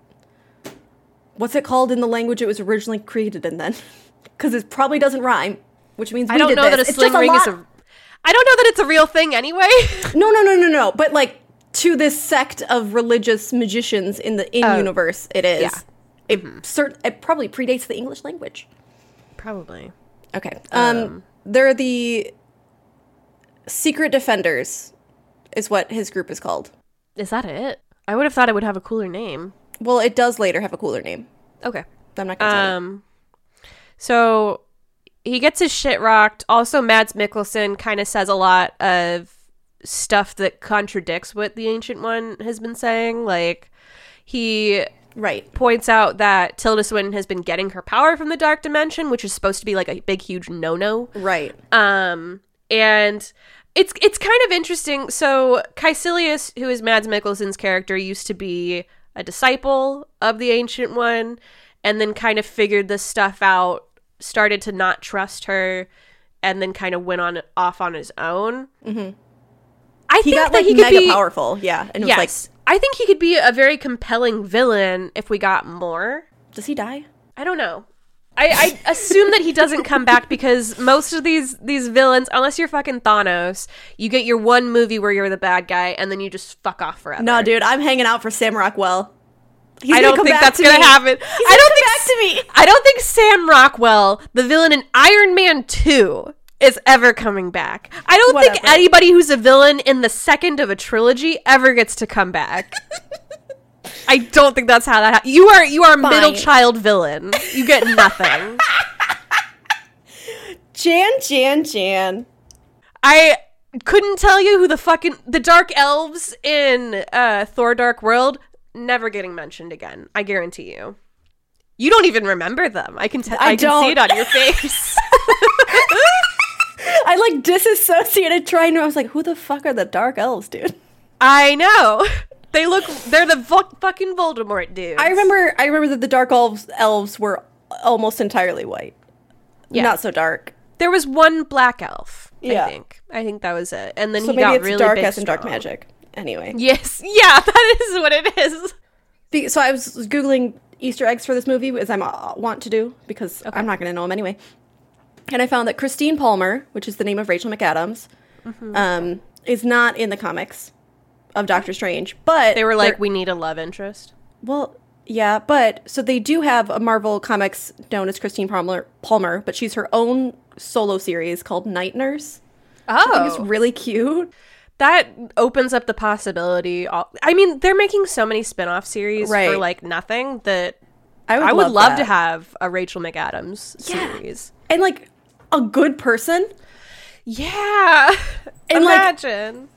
S2: what's it called in the language it was originally created in then? Because it probably doesn't rhyme, which means we
S1: I don't
S2: did
S1: know
S2: this.
S1: that a
S2: It's
S1: sling
S2: just
S1: ring is
S2: lot-
S1: a. I don't know that it's a real thing anyway.
S2: No, no, no, no, no. But like to this sect of religious magicians in the in universe, it is.
S1: Oh. yeah. Mm-hmm.
S2: It, cer- it probably predates the English language.
S1: Probably.
S2: Okay. Um, they're the Secret Defenders, is what his group is called.
S1: Is that it? I would have thought it would have a cooler name.
S2: Well, it does later have a cooler name.
S1: Okay.
S2: I'm not gonna tell you.
S1: Um, so he gets his shit rocked. Also, Mads Mikkelsen kind of says a lot of stuff that contradicts what the ancient one has been saying. Like he
S2: Right.
S1: points out that Tilda Swinton has been getting her power from the dark dimension, which is supposed to be like a big, huge no-no.
S2: Right.
S1: Um, and it's it's kind of interesting. So Caecilius, who is Mads Mikkelsen's character, used to be a disciple of the Ancient One, and then kind of figured this stuff out, started to not trust her, and then kind of went on off on his own. Mm-hmm. I
S2: He
S1: think
S2: got
S1: that
S2: like
S1: he could
S2: mega
S1: be
S2: powerful. Yeah. And it was
S1: yes. I think he could be a very compelling villain if we got more.
S2: like, does he die?
S1: I don't know. I, I assume that he doesn't come back because most of these these villains, unless you're fucking Thanos, you get your one movie where you're the bad guy and then you just fuck off forever.
S2: No, dude. I'm hanging out for Sam Rockwell. He's
S1: I
S2: gonna
S1: don't
S2: come
S1: think
S2: back
S1: that's
S2: to
S1: gonna
S2: me.
S1: happen.
S2: He's
S1: I don't
S2: gonna
S1: think
S2: come back to me.
S1: I don't think Sam Rockwell, the villain in Iron Man Two, is ever coming back. I don't think
S2: Whatever.
S1: anybody who's a villain in the second of a trilogy ever gets to come back. I don't think that's how that. Ha- you are you are a middle
S2: Fine.
S1: child villain. You get nothing.
S2: Jan, Jan, Jan.
S1: I couldn't tell you who the fucking the dark elves in uh Thor Dark World never getting mentioned again. I guarantee you. You don't even remember them. I can tell I,
S2: I
S1: can see it
S2: don't.
S1: on your face.
S2: I like disassociated trying to. I was like, who the fuck are the Dark Elves, dude?
S1: I know. They look they're the vo- fucking Voldemort dudes.
S2: I remember. I remember that the Dark Elves elves were almost entirely white.
S1: Yeah.
S2: Not so dark.
S1: there was one black elf,
S2: Yeah.
S1: I think. I think that was it. And then
S2: So
S1: he
S2: maybe
S1: got
S2: it's
S1: really
S2: dark
S1: big
S2: S and dark
S1: strong.
S2: magic. Anyway.
S1: Yes. Yeah, that is what it is.
S2: Be- So I was googling Easter eggs for this movie, as I am want to do, because I'm not going to know them anyway. And I found that Christine Palmer, which is the name of Rachel McAdams,
S1: Mm-hmm.
S2: um, is not in the comics of Doctor Strange, but
S1: They were like
S2: they're-
S1: we need a love interest.
S2: well, yeah, but so they do have a Marvel Comics known as Christine Palmer, Palmer, but she's her own solo series called Night Nurse.
S1: Oh.
S2: I think it's really cute.
S1: that opens up the possibility all- i mean they're making so many spin-off series for
S2: Right.
S1: like nothing that
S2: I would,
S1: i would love, to
S2: that.
S1: have a rachel mcadams
S2: Yeah.
S1: series
S2: and like a good person.
S1: yeah
S2: And, like-
S1: imagine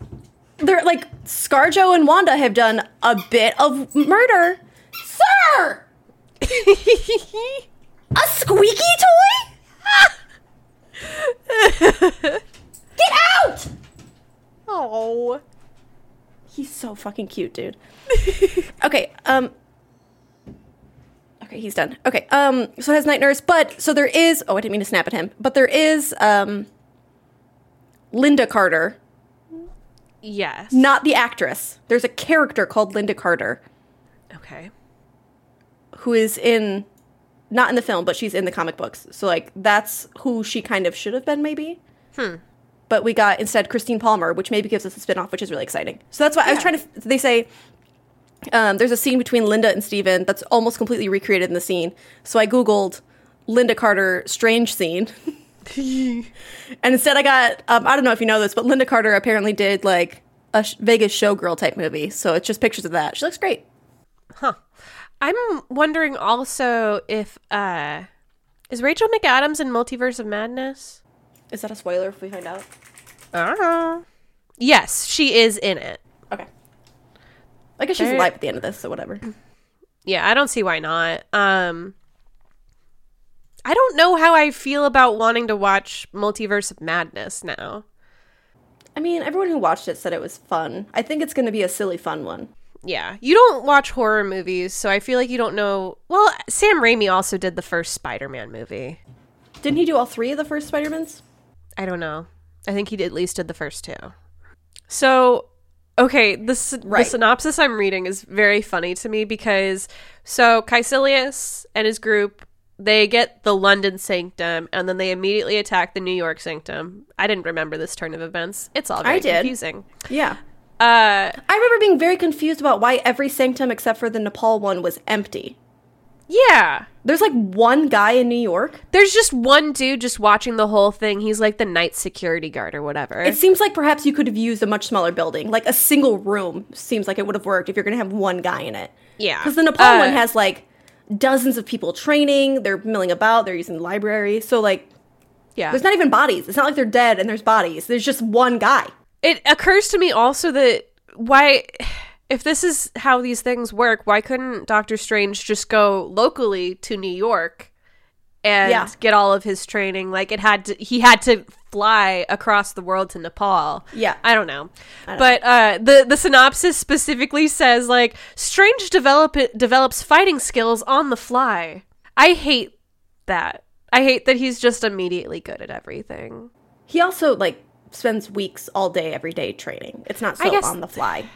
S2: they're like Scarjo and Wanda have done a bit of murder. Sir, a squeaky toy? Get out!
S1: oh
S2: He's so fucking cute, dude. okay. Um. Okay, he's done. Okay. Um. So it has night nurse, but so there is. Oh, I didn't mean to snap at him, but there is. Um. Linda Carter,
S1: Yes.
S2: not the actress. There's a character called Linda Carter
S1: Okay.
S2: who is in, not in the film, but she's in the comic books. So like that's who she kind of should have been, maybe.
S1: Hmm.
S2: but we got instead Christine Palmer, which maybe gives us a spin-off, which is really exciting. So that's why I was
S1: Yeah.
S2: trying to. They say um, there's a scene between Linda and Steven that's almost completely recreated in the scene. So I googled Linda Carter strange scene, and instead I got um, I don't know if you know this, but Linda Carter apparently did like a sh- Vegas showgirl type movie. So it's just pictures of that. She looks great.
S1: Huh. I'm wondering also if uh is Rachel McAdams in Multiverse of Madness?
S2: Is that a spoiler if we find out?
S1: I don't
S2: Uh-huh.
S1: know. Yes, she is in it.
S2: Okay. I guess she's
S1: There-
S2: alive at the end of this, so whatever.
S1: Yeah, I don't see why not. Um I don't know how I feel about wanting to watch Multiverse of Madness now.
S2: I mean, everyone who watched it said it was fun. I think it's going to be a silly fun one.
S1: Yeah, you don't watch horror movies, so I feel like you don't know. Well, Sam Raimi also did the first Spider-Man movie.
S2: Didn't he do all three of the first Spider-Mans?
S1: I don't know. I think he did, at least did the first two. So, okay, this the
S2: Right.
S1: synopsis I'm reading is very funny to me because so Caecilius and his group they get the London Sanctum and then they immediately attack the New York Sanctum. I didn't remember this turn of events. It's all very
S2: did.
S1: confusing.
S2: Yeah.
S1: Uh,
S2: I remember being very confused about why every sanctum except for the Nepal one was empty.
S1: yeah.
S2: There's like one guy in New York.
S1: There's just one dude just watching the whole thing. He's like the night security guard or whatever.
S2: It seems like perhaps you could have used a much smaller building. Like a single room seems like it would have worked if you're going to have one guy in it.
S1: yeah.
S2: Because the Nepal
S1: Uh,
S2: one has like dozens of people training, they're milling about, they're using the library. So, like,
S1: yeah.
S2: there's not even bodies. It's not like they're dead and there's bodies. There's just one guy.
S1: it occurs to me also that why if this is how these things work why couldn't doctor strange just go locally to new york and
S2: Yeah.
S1: get all of his training like it had to he had to fly across the world to nepal
S2: Yeah.
S1: I don't know. but uh, the the synopsis specifically says like Strange develop develops fighting skills on the fly. I hate that. I hate that he's just immediately good at everything.
S2: He also, like, spends weeks all day, every day training. It's not so
S1: guess-
S2: on the fly.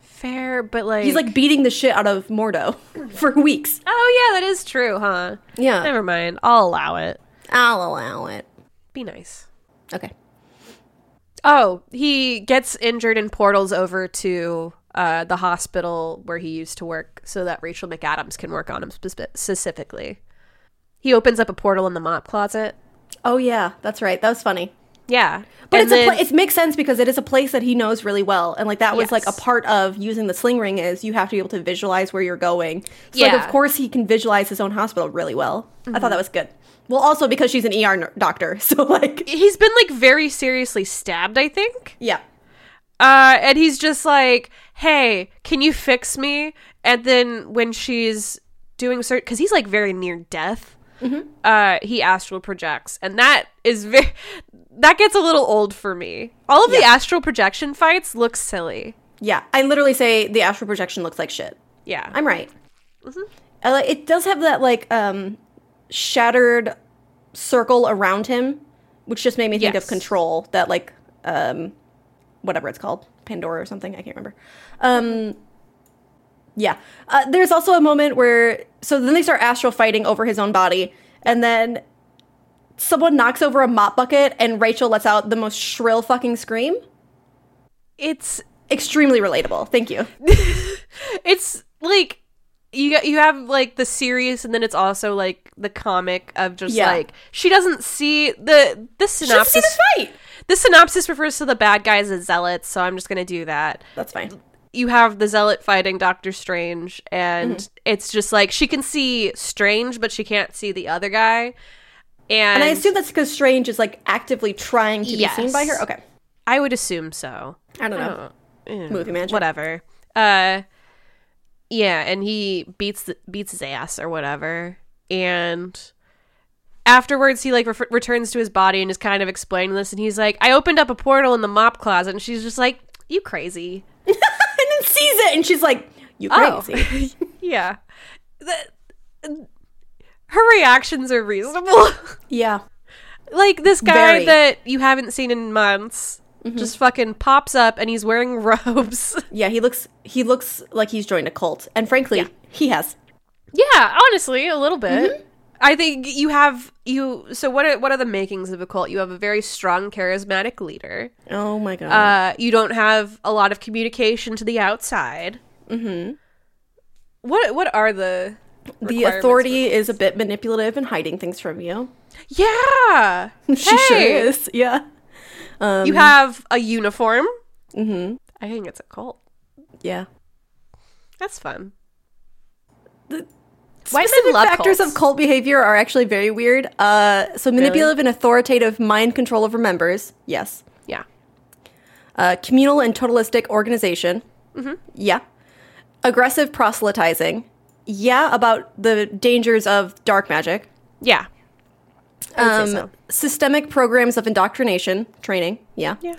S1: Fair, but like
S2: He's like beating the shit out of Mordo for weeks.
S1: Oh yeah, that is true, huh?
S2: Yeah.
S1: Never mind. I'll allow it.
S2: I'll allow it.
S1: Be nice.
S2: Okay.
S1: Oh, he gets injured and portals over to uh, the hospital where he used to work so that Rachel McAdams can work on him spec- specifically. He opens up a portal in the mop closet.
S2: Oh yeah, that's right. That was funny.
S1: Yeah. And
S2: But it's a
S1: then-
S2: pla- it makes sense because it is a place that he knows really well, and like that was like a
S1: Yes.
S2: part of using the sling ring is you have to be able to visualize where you're going. So like,
S1: Yeah. Mm-hmm.
S2: of course he can visualize his own hospital really well. I thought that was good. Well, also because she's an ER n- doctor, so like
S1: he's been like very seriously stabbed, I think.
S2: yeah,
S1: Uh, and he's just like, hey, can you fix me? And then when she's doing certain, because he's like very near death,
S2: Mm-hmm.
S1: uh, he astral projects. And that is very, that gets a little old for me. All of the
S2: Yeah.
S1: astral projection fights look silly.
S2: yeah. I literally say the astral projection looks like shit.
S1: Yeah.
S2: I'm right. I like- it does have that like um shattered circle around him, which just made me think
S1: Yes.
S2: of control. That like um whatever it's called, Pandora or something. I can't remember. Um yeah. Uh, there's also a moment where so then they start astral fighting over his own body, and then someone knocks over a mop bucket, and Rachel lets out the most shrill fucking scream.
S1: it's,
S2: Extremely relatable. Thank you.
S1: it's like, you, got- you have like the serious and then it's also like the comic of just
S2: Yeah.
S1: like she doesn't see the this synopsis
S2: fight.
S1: The synopsis refers to the bad guys as zealots, so I'm just going to do that.
S2: That's fine.
S1: You have the zealot fighting Doctor Strange, and
S2: Mm-hmm.
S1: it's just like she can see Strange, but she can't see the other guy. And,
S2: And I assume that's because Strange is like actively trying to be seen by
S1: Yes.
S2: her. Okay.
S1: I would assume so.
S2: I don't know.
S1: Eh,
S2: Movie magic.
S1: Whatever. Uh, yeah, and he beats the, beats his ass or whatever, and afterwards he like refer returns to his body and is kind of explaining this, and he's like, "I opened up a portal in the mop closet," and she's just like, "You crazy."
S2: And sees it, and she's like, "You
S1: Oh.
S2: crazy."
S1: yeah. The- her reactions are reasonable.
S2: yeah.
S1: like this guy
S2: Very.
S1: that you haven't seen in months just fucking pops up and he's wearing robes.
S2: Yeah, he looks he looks like he's joined a cult. And frankly, he has.
S1: yeah, honestly, a little bit. Mm-hmm. I think you have you so what are what are the makings of a cult? You have a very strong charismatic leader.
S2: Oh my god.
S1: Uh, you don't have a lot of communication to the outside. Mm-hmm. What what are the
S2: the
S1: requirements
S2: authority is a bit manipulative and hiding things from you.
S1: for- Yeah,
S2: she sure
S1: Hey!
S2: is. Yeah.
S1: You have a uniform. Mm-hmm. I think it's a cult.
S2: Yeah.
S1: That's fun. White
S2: White
S1: men
S2: Specific
S1: love
S2: factors
S1: cults.
S2: of cult behavior are actually very weird. Uh, so manipulative and authoritative mind control over members. Yes.
S1: Yeah.
S2: Uh, communal and totalistic organization.
S1: Mm-hmm.
S2: Yeah. Aggressive proselytizing. Yeah, about the dangers of dark magic.
S1: Yeah. I would
S2: Um,
S1: say so.
S2: Systemic programs of indoctrination, training. Yeah.
S1: Yeah.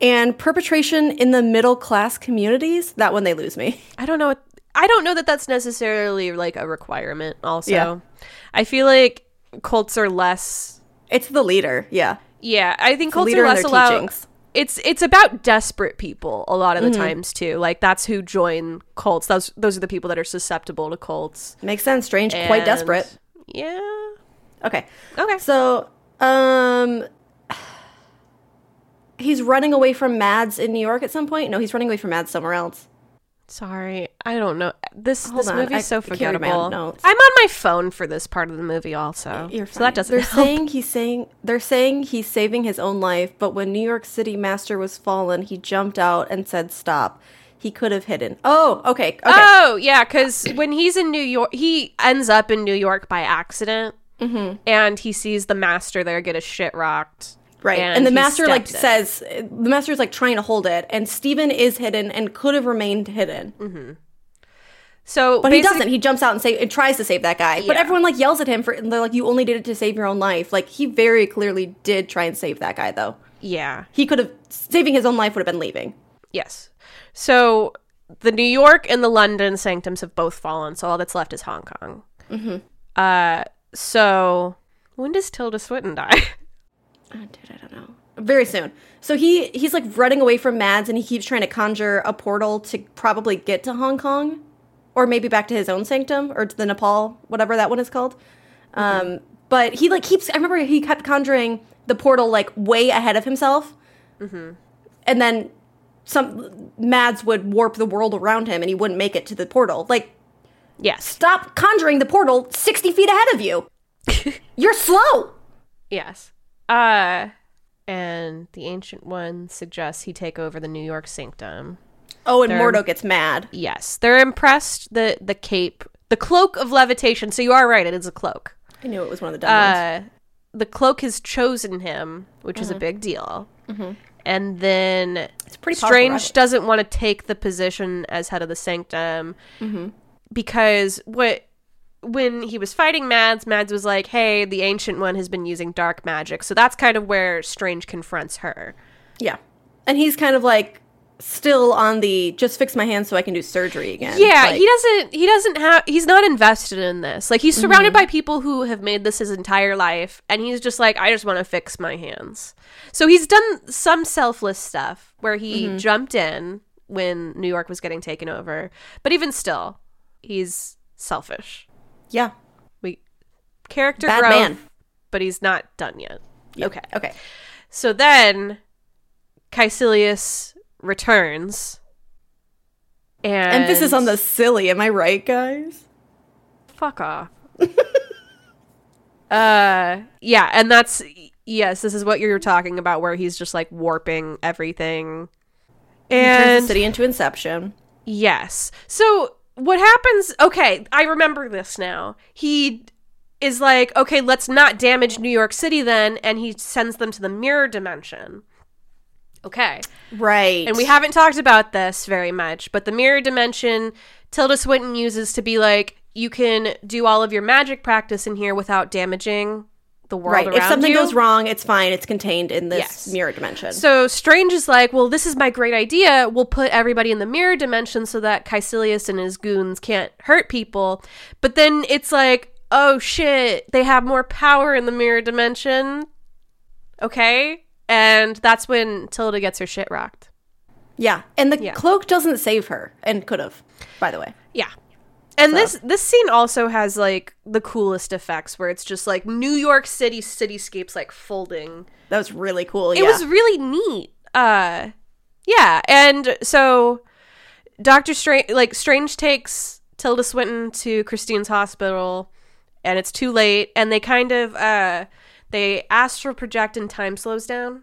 S2: And perpetration in the middle class communities. That one they lose me.
S1: I don't know. what- I don't know that that's necessarily like a requirement. Also,
S2: Yeah.
S1: I feel like cults are less.
S2: It's the leader. Yeah.
S1: Yeah, I think cults
S2: leader
S1: are
S2: and
S1: less
S2: their
S1: allowed.
S2: teachings. Mm-hmm.
S1: It's it's about desperate people a lot of the times too. Like that's who join cults. Those those are the people that are susceptible to cults.
S2: Makes sense. Strange. Quite
S1: And-
S2: desperate.
S1: Yeah.
S2: Okay.
S1: Okay.
S2: So, um, he's running away from Mads in New York at some point. No, he's running away from Mads somewhere else.
S1: Sorry, I don't know. This
S2: Hold
S1: this
S2: on,
S1: movie's
S2: I
S1: so
S2: can't read my
S1: forgettable.
S2: own notes.
S1: I'm on my phone for this part of the movie also.
S2: You're
S1: So that
S2: fine.
S1: doesn't
S2: They're
S1: help.
S2: saying he's saying they're saying he's saving his own life, but when New York City Master was fallen, he jumped out and said, "Stop." He could have hidden. Oh, okay, okay.
S1: Oh yeah, because when he's in New York, he ends up in New York by accident,
S2: Mm-hmm.
S1: and he sees the master there get his shit rocked.
S2: Right. And, the
S1: he
S2: master like
S1: stepped it.
S2: says the master's like trying to hold it and Steven is hidden and could have remained hidden.
S1: so,
S2: But he
S1: Mm-hmm. basic-
S2: doesn't. He jumps out and save and tries to save that guy. But
S1: Yeah.
S2: everyone like yells at him for and they're like you only did it to save your own life. Like he very clearly did try and save that guy though.
S1: Yeah.
S2: He could have saving his own life would have been leaving.
S1: Yes. So the New York and the London sanctums have both fallen. So all that's left is Hong Kong. Mm-hmm. Uh. So when does Tilda Swinton die?
S2: Oh, dude, I don't know. Very soon. So he he's like running away from Mads and he keeps trying to conjure a portal to probably get to Hong Kong or maybe back to his own sanctum or to the Nepal, whatever that one is called. Um, but he like keeps I remember he kept conjuring the portal like way ahead of himself. Mm-hmm. And then some Mads would warp the world around him and he wouldn't make it to the portal. Like
S1: yes.
S2: stop conjuring the portal 60 feet ahead of you. You're slow.
S1: Yes. Uh. And the ancient one suggests he take over the New York sanctum.
S2: Oh, and
S1: They're-
S2: Mordo gets mad.
S1: Yes, they're impressed the the cape, the cloak of levitation. So you are right; it is a cloak.
S2: I knew it was one of the dumb ones.
S1: Uh, the cloak has chosen him, which is a big deal. And then it's
S2: Mm-hmm. pretty powerful
S1: Strange
S2: rival.
S1: doesn't want to take the position as head of the sanctum
S2: Mm-hmm.
S1: because what when he was fighting Mads, Mads was like, "Hey, the ancient one has been using dark magic." So that's kind of where Strange confronts her.
S2: Yeah. And he's kind of like still on the just fix my hand so I can do surgery again.
S1: Yeah,
S2: Like,
S1: he doesn't. He doesn't have. He's not invested in this. Like he's surrounded
S2: Mm-hmm.
S1: by people who have made this his entire life, and he's just like, I just want to fix my hands. So he's done some selfless stuff where he
S2: Mm-hmm.
S1: jumped in when New York was getting taken over, but even still, he's selfish.
S2: Yeah.
S1: We character
S2: Bad
S1: growth,
S2: man.
S1: but he's not done yet. Okay,
S2: Okay.
S1: so then Caecilius returns. And
S2: Emphasis on the silly, am I right, guys?
S1: fuck off. uh yeah, and that's yes, this is what you're talking about where he's just like warping everything.
S2: Turns the
S1: And
S2: city into inception.
S1: yes. So what happens okay, I remember this now. He is like, okay, let's not damage New York City then, and he sends them to the mirror dimension. Okay.
S2: Right.
S1: And we haven't talked about this very much, but the mirror dimension Tilda Swinton uses to be like, you can do all of your magic practice in here without damaging the world
S2: Right.
S1: around
S2: If something
S1: you.
S2: goes wrong, it's fine. It's contained in this
S1: Yes.
S2: mirror dimension.
S1: So Strange is like, well, this is my great idea. We'll put everybody in the mirror dimension so that Caecilius and his goons can't hurt people. But then it's like, oh shit, they have more power in the mirror dimension. Okay? And that's when Tilda gets her shit rocked.
S2: yeah. And the
S1: Yeah.
S2: cloak doesn't save her and could have, by the way.
S1: Yeah. And this this scene also has like the coolest effects where it's just like New York City cityscapes like folding
S2: That was really cool.
S1: it
S2: yeah.
S1: was really neat uh yeah and so dr strange like strange takes tilda swinton to christine's hospital and it's too late and they kind of uh they astral project and time slows down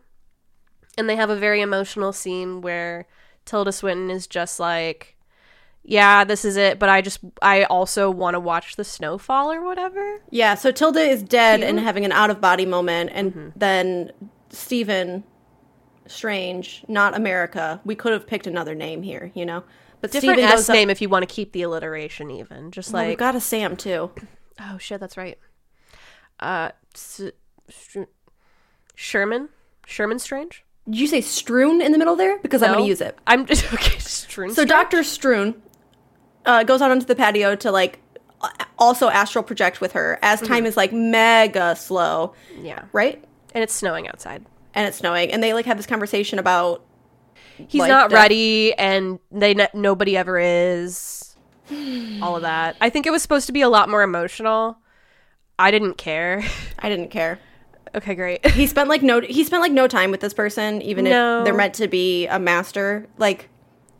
S1: and they have a very emotional scene where tilda swinton is just like yeah this is it but i just i also want to watch the snowfall or whatever
S2: Yeah, so Tilda is dead and having an out of body moment, and
S1: Mm-hmm.
S2: then Stephen Strange, not America. We could have picked another name here, you know. But
S1: different
S2: Stephen
S1: s
S2: goes up-
S1: name if you want to keep the alliteration even just
S2: Well,
S1: like
S2: we've got a Sam too.
S1: Oh shit, that's right. Uh, S- Str- Sherman, Sherman Strange.
S2: Did you say Stroon in the middle there? Because I'm going
S1: No?
S2: to use it.
S1: I'm just okay. Stroon.
S2: So Doctor Stroon uh, goes out onto the patio to like a- also astral project with her as
S1: Mm-hmm.
S2: time is like mega slow,
S1: yeah,
S2: right?
S1: and it's snowing outside.
S2: And it's snowing, and they like have this conversation about
S1: He's
S2: Like
S1: not
S2: the-
S1: ready, and they ne- nobody ever is. All of that. I think it was supposed to be a lot more emotional. I didn't care.
S2: I didn't care.
S1: okay, great.
S2: he spent like no he spent like no time with this person even
S1: No.
S2: if they're meant to be a master like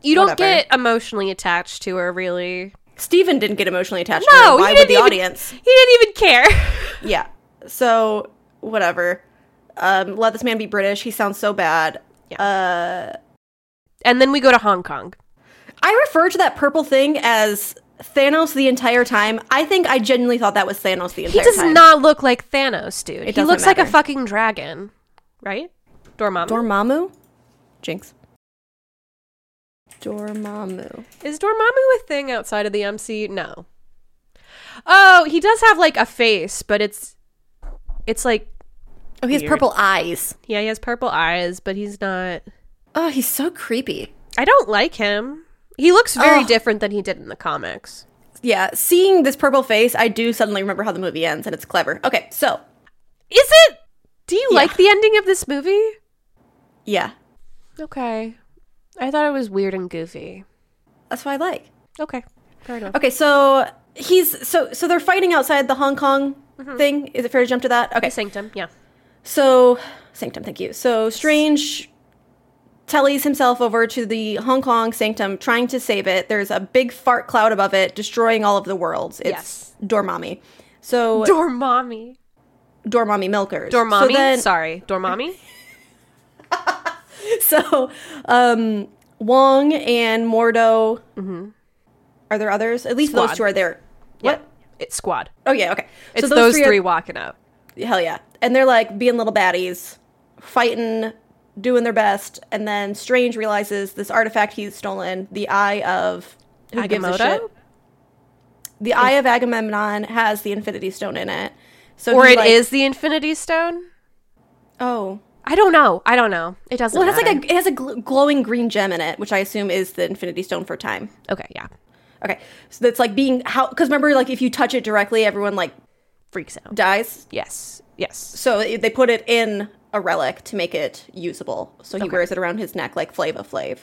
S1: You don't
S2: Whatever.
S1: get emotionally attached to her, really.
S2: Steven didn't get emotionally attached to
S1: No,
S2: her.
S1: he
S2: why
S1: didn't
S2: would the
S1: even,
S2: audience
S1: He didn't even care.
S2: yeah so whatever um let this man be british he sounds so bad
S1: and then we go to Hong Kong.
S2: i refer to that purple thing as thanos the entire time i think i genuinely thought that was thanos the
S1: He
S2: entire
S1: does
S2: time
S1: not look like Thanos, dude. he
S2: doesn't
S1: looks like a
S2: matter.
S1: fucking dragon, right? Dormammu.
S2: dormammu jinx dormammu
S1: Is Dormammu a thing outside of the MCU? No. Oh, he does have like a face, but it's it's like
S2: oh he has
S1: Weird.
S2: purple eyes
S1: yeah, he has purple eyes, but he's not.
S2: oh he's so creepy
S1: I don't like him. He looks very
S2: Ugh.
S1: different than he did in the comics.
S2: yeah, seeing this purple face, I do suddenly remember how the movie ends, and it's clever. Okay, so
S1: Is it? Do you like the ending of this movie?
S2: yeah,
S1: Okay, I thought it was weird and goofy.
S2: that's what I like.
S1: Okay, fair enough.
S2: Okay, so he's so so they're fighting outside the Hong Kong
S1: Mm-hmm.
S2: thing. Is it fair to jump to that? Okay,
S1: Sanctum, yeah.
S2: so Sanctum, thank you. So Strange tellies himself over to the Hong Kong Sanctum, trying to save it. There's a big fart cloud above it, destroying all of the worlds. It's
S1: Yes.
S2: Dormammu. So
S1: Dormammu.
S2: Dormammu milkers.
S1: Dormammu.
S2: So then-
S1: Sorry, Dormammu.
S2: So, um, Wong and Mordo. Are there others? At least
S1: Mm-hmm. Squad.
S2: those two are there. What?
S1: It's squad.
S2: Oh yeah. Okay.
S1: It's those, three,
S2: are-
S1: walking up.
S2: hell yeah! And they're like being little baddies, fighting, doing their best, and then Strange realizes this artifact he's stolen, the Eye of who gives a
S1: Agamotto?
S2: shit. The Eye of Agamemnon has the Infinity Stone in it. So
S1: Or
S2: he,
S1: it
S2: like-
S1: is the Infinity Stone?
S2: Oh.
S1: I don't know. I don't know. It doesn't.
S2: Well, it has like
S1: matter.
S2: a it has a gl- glowing green gem in it, which I assume is the Infinity Stone for time.
S1: okay, yeah,
S2: Okay, so that's like being how because remember like if you touch it directly, everyone like
S1: freaks out.
S2: dies.
S1: Yes, yes.
S2: So it- they put it in a relic to make it usable. So he wears it around his neck like Flava Flav,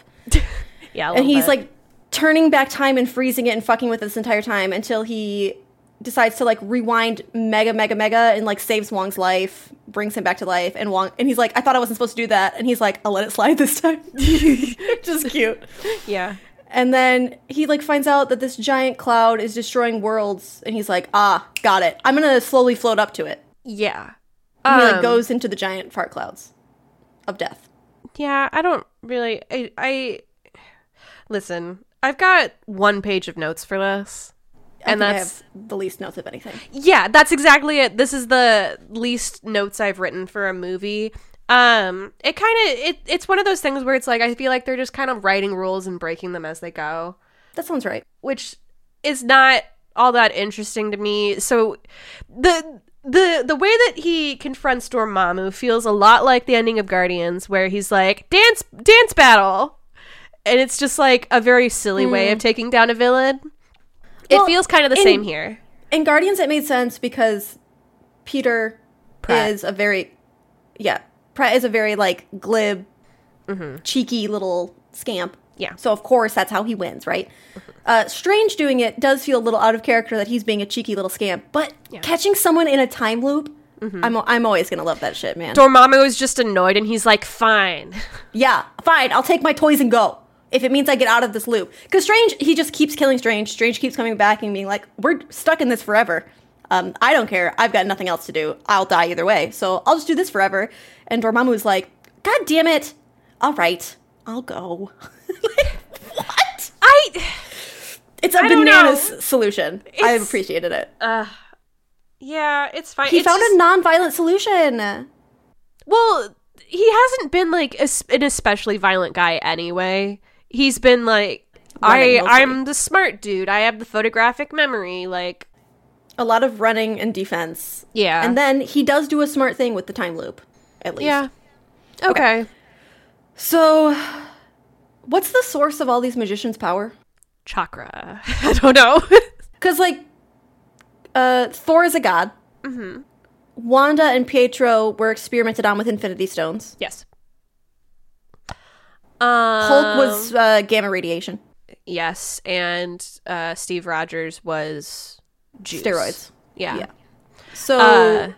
S1: Yeah, a little
S2: and he's
S1: bit.
S2: like turning back time and freezing it and fucking with it this entire time until he decides to like rewind mega mega mega and like saves Wong's life, brings him back to life, and Wong and he's like, I thought I wasn't supposed to do that, and he's like, I'll let it slide this time. Just cute.
S1: yeah.
S2: And then he like finds out that this giant cloud is destroying worlds, and he's like, "Ah, got it. I'm gonna slowly float up to it."
S1: Yeah.
S2: And he
S1: Um,
S2: like goes into the giant fart clouds of death.
S1: Yeah, I don't really. I, I listen. I've got one page of notes for this,
S2: I
S1: and
S2: think I
S1: that's
S2: have the least notes of anything.
S1: Yeah, that's exactly it. This is the least notes I've written for a movie. Um, it kind of it it's one of those things where it's like I feel like they're just kind of writing rules and breaking them as they go,
S2: That sounds right.
S1: which is not all that interesting to me. So the the the way that he confronts Dormammu feels a lot like the ending of Guardians, where he's like dance dance battle, and it's just like a very silly way of taking down a villain.
S2: Well,
S1: it feels kind of the
S2: in-
S1: same here.
S2: In Guardians, it made sense because Peter
S1: Pratt.
S2: is a very, yeah, Pratt is a very like glib,
S1: Mm-hmm.
S2: cheeky little scamp.
S1: Yeah.
S2: So of course that's how he wins, right? Uh, Strange doing it does feel a little out of character that he's being a cheeky little scamp, but catching someone in a time loop, I'm I'm always gonna love that shit, man.
S1: Dormammu is just annoyed, and he's like, "Fine."
S2: Yeah, fine. I'll take my toys and go. If it means I get out of this loop. Because Strange, he just keeps killing Strange. Strange keeps coming back and being like, we're stuck in this forever. Um, I don't care. I've got nothing else to do. I'll die either way. So I'll just do this forever. And Dormammu's like, God damn it. All right, I'll go. like, what?
S1: I.
S2: It's a
S1: don't know.
S2: bananas solution. I
S1: It's-
S2: appreciated it.
S1: Yeah, it's fine.
S2: he
S1: It's
S2: found
S1: just-
S2: a non-violent solution.
S1: Well, he hasn't been like es- an especially violent guy anyway. He's been like,
S2: Running
S1: I
S2: mostly.
S1: I'm the smart dude. I have the photographic memory. Like,
S2: A lot of running and defense.
S1: yeah,
S2: And then he does do a smart thing with the time loop, at least.
S1: yeah, okay.
S2: So, what's the source of all these magicians' power?
S1: Chakra. I don't know.
S2: Because, like, uh, Thor is a god. Mm-hmm. Wanda and Pietro were experimented on with Infinity Stones.
S1: yes. Um,
S2: Hulk was uh, gamma radiation,
S1: yes, and uh, Steve Rogers was juice.
S2: steroids.
S1: Yeah.
S2: Yeah. So,
S1: Uh,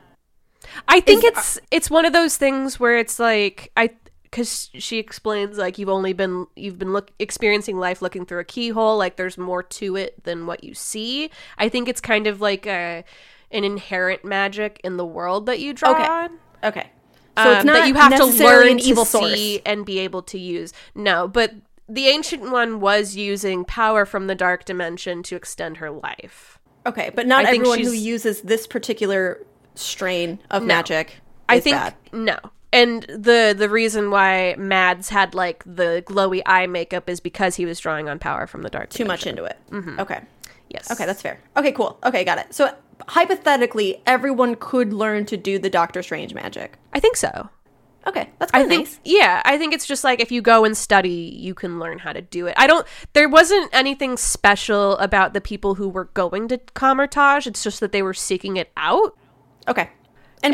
S1: I think it's it's one of those things where it's like I because she explains like you've only been you've been look experiencing life looking through a keyhole like there's more to it than what you see. I think it's kind of like a an inherent magic in the world that you draw
S2: Okay.
S1: on.
S2: okay. So it's
S1: um,
S2: not
S1: that you have to
S2: necessarily
S1: learn
S2: an evil
S1: to
S2: source.
S1: see and be able to use. No, but the ancient one was using power from the dark dimension to extend her life.
S2: Okay, but not
S1: I think
S2: everyone who
S1: she's-
S2: uses this particular strain of magic. Is
S1: I think
S2: bad.
S1: no. And the the reason why Mads had like the glowy eye makeup is because he was drawing on power from the dark.
S2: too much into it. Okay.
S1: Yes.
S2: Mm-hmm. Okay, that's fair. Okay, cool. Okay, got it. So hypothetically, everyone could learn to do the Doctor Strange magic.
S1: I think so.
S2: Okay, that's
S1: I
S2: kind of
S1: think
S2: nice.
S1: yeah, I think it's just like if you go and study, you can learn how to do it. I don't there wasn't anything special about the people who were going to Comertage. It's just that they were seeking it out.
S2: Okay, and,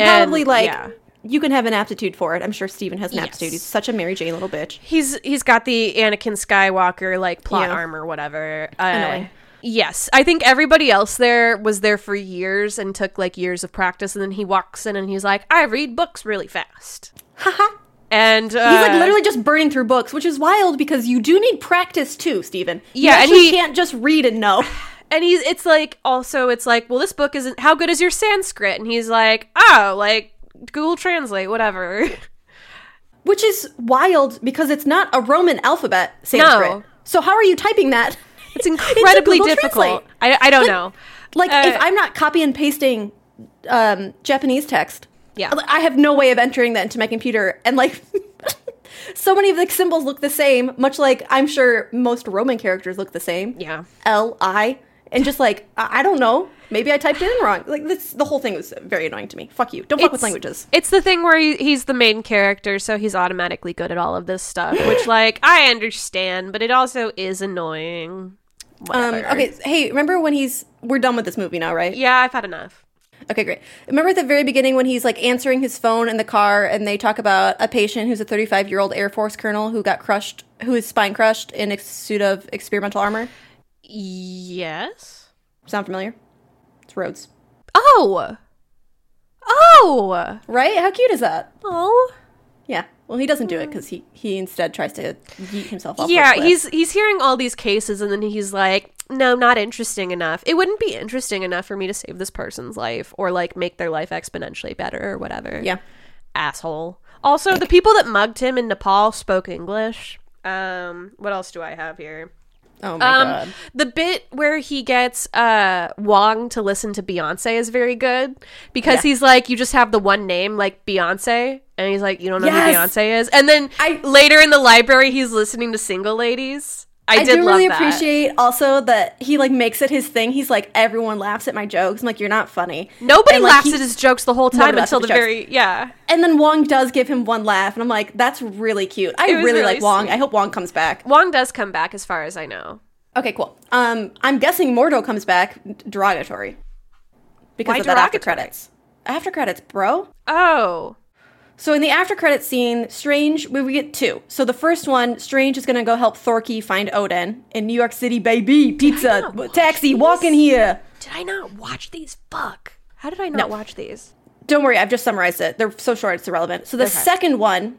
S1: And,
S2: probably like
S1: yeah.
S2: you can have an aptitude for it. I'm sure Steven has an aptitude.
S1: Yes.
S2: He's such a Mary Jane little bitch.
S1: He's he's got the Anakin Skywalker like plot
S2: Yeah.
S1: armor, whatever. Uh,
S2: Annoying.
S1: Yes, I think everybody else there was there for years and took like years of practice, and then he walks in and he's like, "I read books really fast,"
S2: Haha.
S1: and uh,
S2: He's like literally just burning through books, which is wild because you do need practice too, Steven. You
S1: Yeah, and
S2: actually
S1: he-
S2: can't just read and know.
S1: and he's it's like also it's like, well, this book isn't how good is your Sanskrit, and he's like, oh, like Google Translate, whatever.
S2: Which is wild because it's not a Roman alphabet Sanskrit.
S1: No.
S2: So how are you typing that?
S1: It's incredibly
S2: Google
S1: difficult.
S2: Translate.
S1: I, I don't
S2: Like-
S1: know.
S2: Like
S1: Uh,
S2: if I'm not copy and pasting um, Japanese text, uh,
S1: Yeah.
S2: I- I have no way of entering that into my computer. And like, so many of the symbols look the same, much like I'm sure most Roman characters look the same.
S1: Yeah.
S2: L I, and just like I, I don't know, maybe I typed it in wrong. Like this, the whole thing was very annoying to me. Fuck you! Don't fuck with
S1: It's-
S2: languages.
S1: It's the thing where he, he's the main character, so he's automatically good at all of this stuff, which like I understand, but it also is annoying.
S2: Um,
S1: Whatever.
S2: okay, hey, remember when he's we're done with this movie now, right?
S1: Yeah, I've had enough.
S2: Okay, great. Remember at the very beginning when he's like answering his phone in the car and they talk about a patient who's a 35 year old Air Force colonel who got crushed, who is spine crushed in a suit of experimental armor?
S1: Yes.
S2: Sound familiar? It's Rhodes.
S1: Oh. Oh.
S2: Right? How cute is that?
S1: Oh.
S2: Yeah. Well, he doesn't do it because he, he instead tries to yeet himself off. a
S1: Yeah,
S2: cliff.
S1: he's he's hearing all these cases and then he's like, "No, not interesting enough. It wouldn't be interesting enough for me to save this person's life or like make their life exponentially better or whatever."
S2: Yeah.
S1: asshole. Also, the people that mugged him in Nepal spoke English. Um, what else do I have here?
S2: Oh my
S1: Um,
S2: god.
S1: the bit where he gets uh Wong to listen to Beyonce is very good because he's like, you just have the one name, like Beyonce, and he's like, you don't know
S2: Yes!
S1: who Beyonce is, and then
S2: I-
S1: later in the library, he's listening to Single Ladies. I,
S2: I
S1: did
S2: do
S1: love
S2: really
S1: that.
S2: appreciate also that he like makes it his thing. He's like everyone laughs at my jokes. I'm like you're not funny.
S1: Nobody
S2: And, like,
S1: laughs
S2: he-
S1: at his jokes the whole time
S2: Nobody laughs
S1: until
S2: at
S1: the
S2: his jokes.
S1: very yeah.
S2: And then Wong does give him one laugh, and I'm like, that's really cute. I
S1: It was
S2: really,
S1: really
S2: like Wong.
S1: sweet.
S2: I hope Wong comes back.
S1: Wong does come back, as far as I know.
S2: Okay, cool. Um, I'm guessing Mordo comes back derogatory because
S1: Why
S2: of that after
S1: derogatory?
S2: credits. After credits, bro.
S1: Oh,
S2: So in the after credit scene, Strange we, we get two. So the first one, Strange is gonna go help Thorkey find Odin in New York City, baby. Pizza,
S1: not watch
S2: taxi,
S1: these?
S2: walk in here.
S1: did I not watch these? Fuck. How did I not watch these?
S2: Don't worry, I've just summarized it. They're so short, it's irrelevant. So the second one,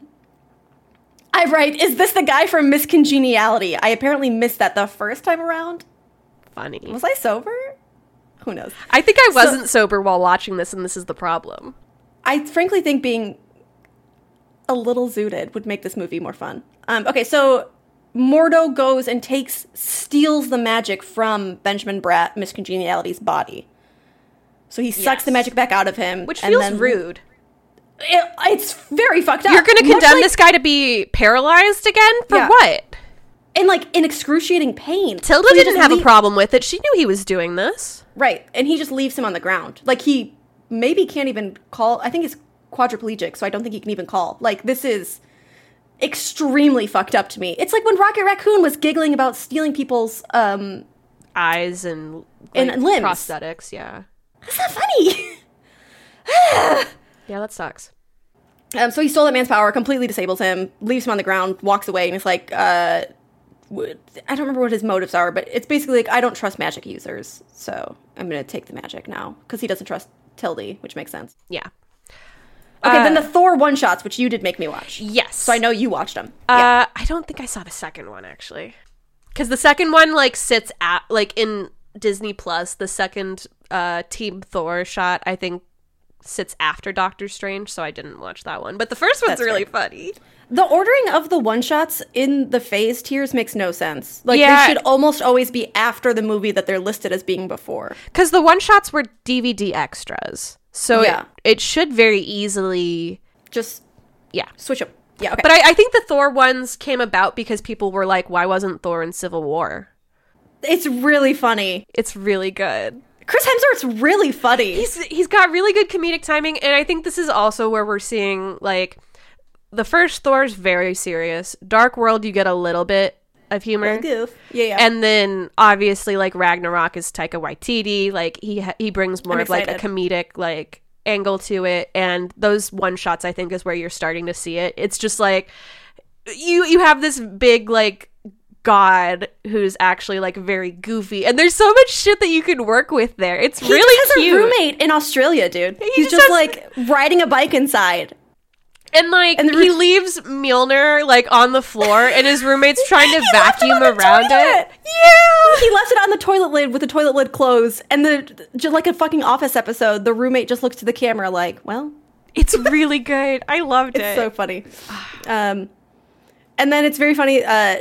S2: I write, is this the guy from Miss Congeniality? I apparently missed that the first time around.
S1: Funny.
S2: Was I sober? Who knows?
S1: I think I wasn't sober while watching this, and this is the problem.
S2: I frankly think being a little zooted would make this movie more fun. Um, okay, so Mordo goes and takes, steals the magic from Benjamin Bratt, Miss Congeniality's body. So he sucks
S1: Yes.
S2: the magic back out of him,
S1: Which
S2: and
S1: feels
S2: then-
S1: rude.
S2: It, it's very fucked up.
S1: You're going to
S2: Much
S1: condemn
S2: like-
S1: this guy to be paralyzed again for
S2: Yeah.
S1: what?
S2: in like in excruciating pain.
S1: Tilda
S2: So he
S1: didn't
S2: just
S1: have a
S2: lea-
S1: problem with it. She knew he was doing this.
S2: right? And he just leaves him on the ground. Like he maybe can't even call. I think he's quadriplegic, so I don't think he can even call. Like this is extremely fucked up to me. It's like when Rocket Raccoon was giggling about stealing people's. um
S1: Eyes and
S2: And limbs.
S1: prosthetics. Yeah,
S2: That's not funny.
S1: yeah, that sucks.
S2: um, so he stole that man's power, completely disables him, leaves him on the ground, walks away, and it's like. uh w- I don't remember what his motives are, but it's basically like I don't trust magic users, so I'm gonna take the magic now because he doesn't trust Tildy, which makes sense.
S1: Yeah.
S2: Okay, then
S1: Uh,
S2: the Thor one shots, which you did make me watch.
S1: Yes.
S2: So I know you watched them. yeah.
S1: Uh, I don't think I saw the second one actually, because the second one like sits at like in Disney Plus. The second uh, Team Thor shot I think sits after Doctor Strange, so I didn't watch that one. But the first one's
S2: That's
S1: really funny.
S2: The ordering of the one shots in the phase tiers makes no sense. Like
S1: Yeah.
S2: they should almost always be after the movie that they're listed as being before.
S1: because the one shots were DVD extras, so
S2: Yeah.
S1: it, it should very easily,
S2: Just
S1: yeah.
S2: switch up. Yeah, okay.
S1: But I, I think the Thor ones came about because people were like, "Why wasn't Thor in Civil War?"
S2: it's really funny.
S1: It's really good.
S2: Chris Hemsworth's really funny.
S1: He's he's got really good comedic timing, and I think this is also where we're seeing like the first Thor's very serious. Dark World, you get a little bit of humor.
S2: goof. Yeah, yeah.
S1: And then obviously, like Ragnarok is Taika Waititi. Like he ha- he brings more
S2: I'm
S1: of like a
S2: excited.
S1: comedic like angle to it, and those one shots I think is where you're starting to see it. It's just like you you have this big like god who's actually like very goofy, and there's so much shit that you can work with there. It's
S2: He
S1: really
S2: just has
S1: cute.
S2: a roommate in Australia, dude. He's
S1: just
S2: just
S1: has-
S2: like riding a bike inside.
S1: And like
S2: And the
S1: he
S2: roo-
S1: leaves Mjolnir like on the floor, and his roommate's trying to
S2: He left it
S1: vacuum
S2: on the
S1: around
S2: toilet!
S1: it.
S2: Yeah, he left it on the toilet lid with the toilet lid closed, and the just like a fucking office episode. The roommate just looks to the camera like, "Well,
S1: It's really good. I loved
S2: it's
S1: it.
S2: so funny." Um, and then it's very funny. Uh,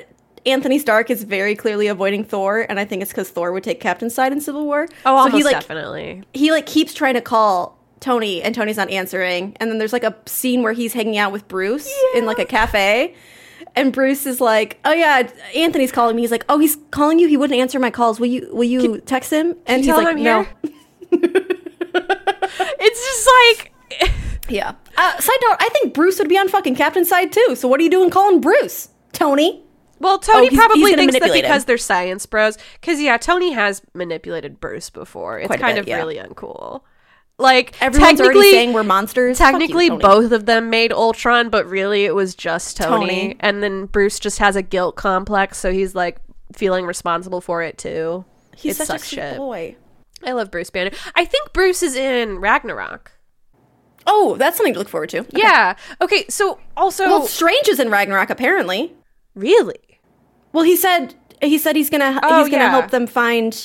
S2: Anthony Stark is very clearly avoiding Thor, and I think it's because Thor would take Captain's side in Civil War.
S1: oh, almost
S2: so he like
S1: definitely.
S2: he like keeps trying to call Tony, and Tony's not answering. And then there's like a scene where he's hanging out with Bruce in like a cafe. And Bruce is like, "Oh yeah, Anthony's calling me." He's like, "Oh, he's calling you. He wouldn't answer my calls. Will you? Will you text him?" And
S1: tell
S2: he's like,
S1: him I'm It's just like
S2: yeah." Uh, side note: I think Bruce would be on fucking Captain's side too. So what are you doing calling Bruce, Tony?
S1: Well, Tony
S2: Oh, he's-
S1: probably
S2: he's gonna
S1: thinks that
S2: manipulate him.
S1: because they're science bros. Because yeah, Tony has manipulated Bruce before. It's
S2: Quite a
S1: kind
S2: bit,
S1: of
S2: yeah.
S1: really uncool. Like
S2: Everyone's already
S1: technically,
S2: saying we're monsters. Fuck you,
S1: technically
S2: Tony.
S1: both of them made Ultron, but really it was just Tony.
S2: Tony.
S1: And then Bruce just has a guilt complex, so he's like feeling responsible for it too.
S2: He's
S1: it
S2: such
S1: sucks
S2: a sweet
S1: shit.
S2: boy.
S1: I love Bruce Banner. I think Bruce is in Ragnarok.
S2: Oh, that's something to look forward to. Okay.
S1: Yeah. Okay. So also,
S2: Well, Strange is in Ragnarok apparently.
S1: really,
S2: Well, he said he said he's gonna
S1: Oh,
S2: he's gonna
S1: yeah.
S2: help them find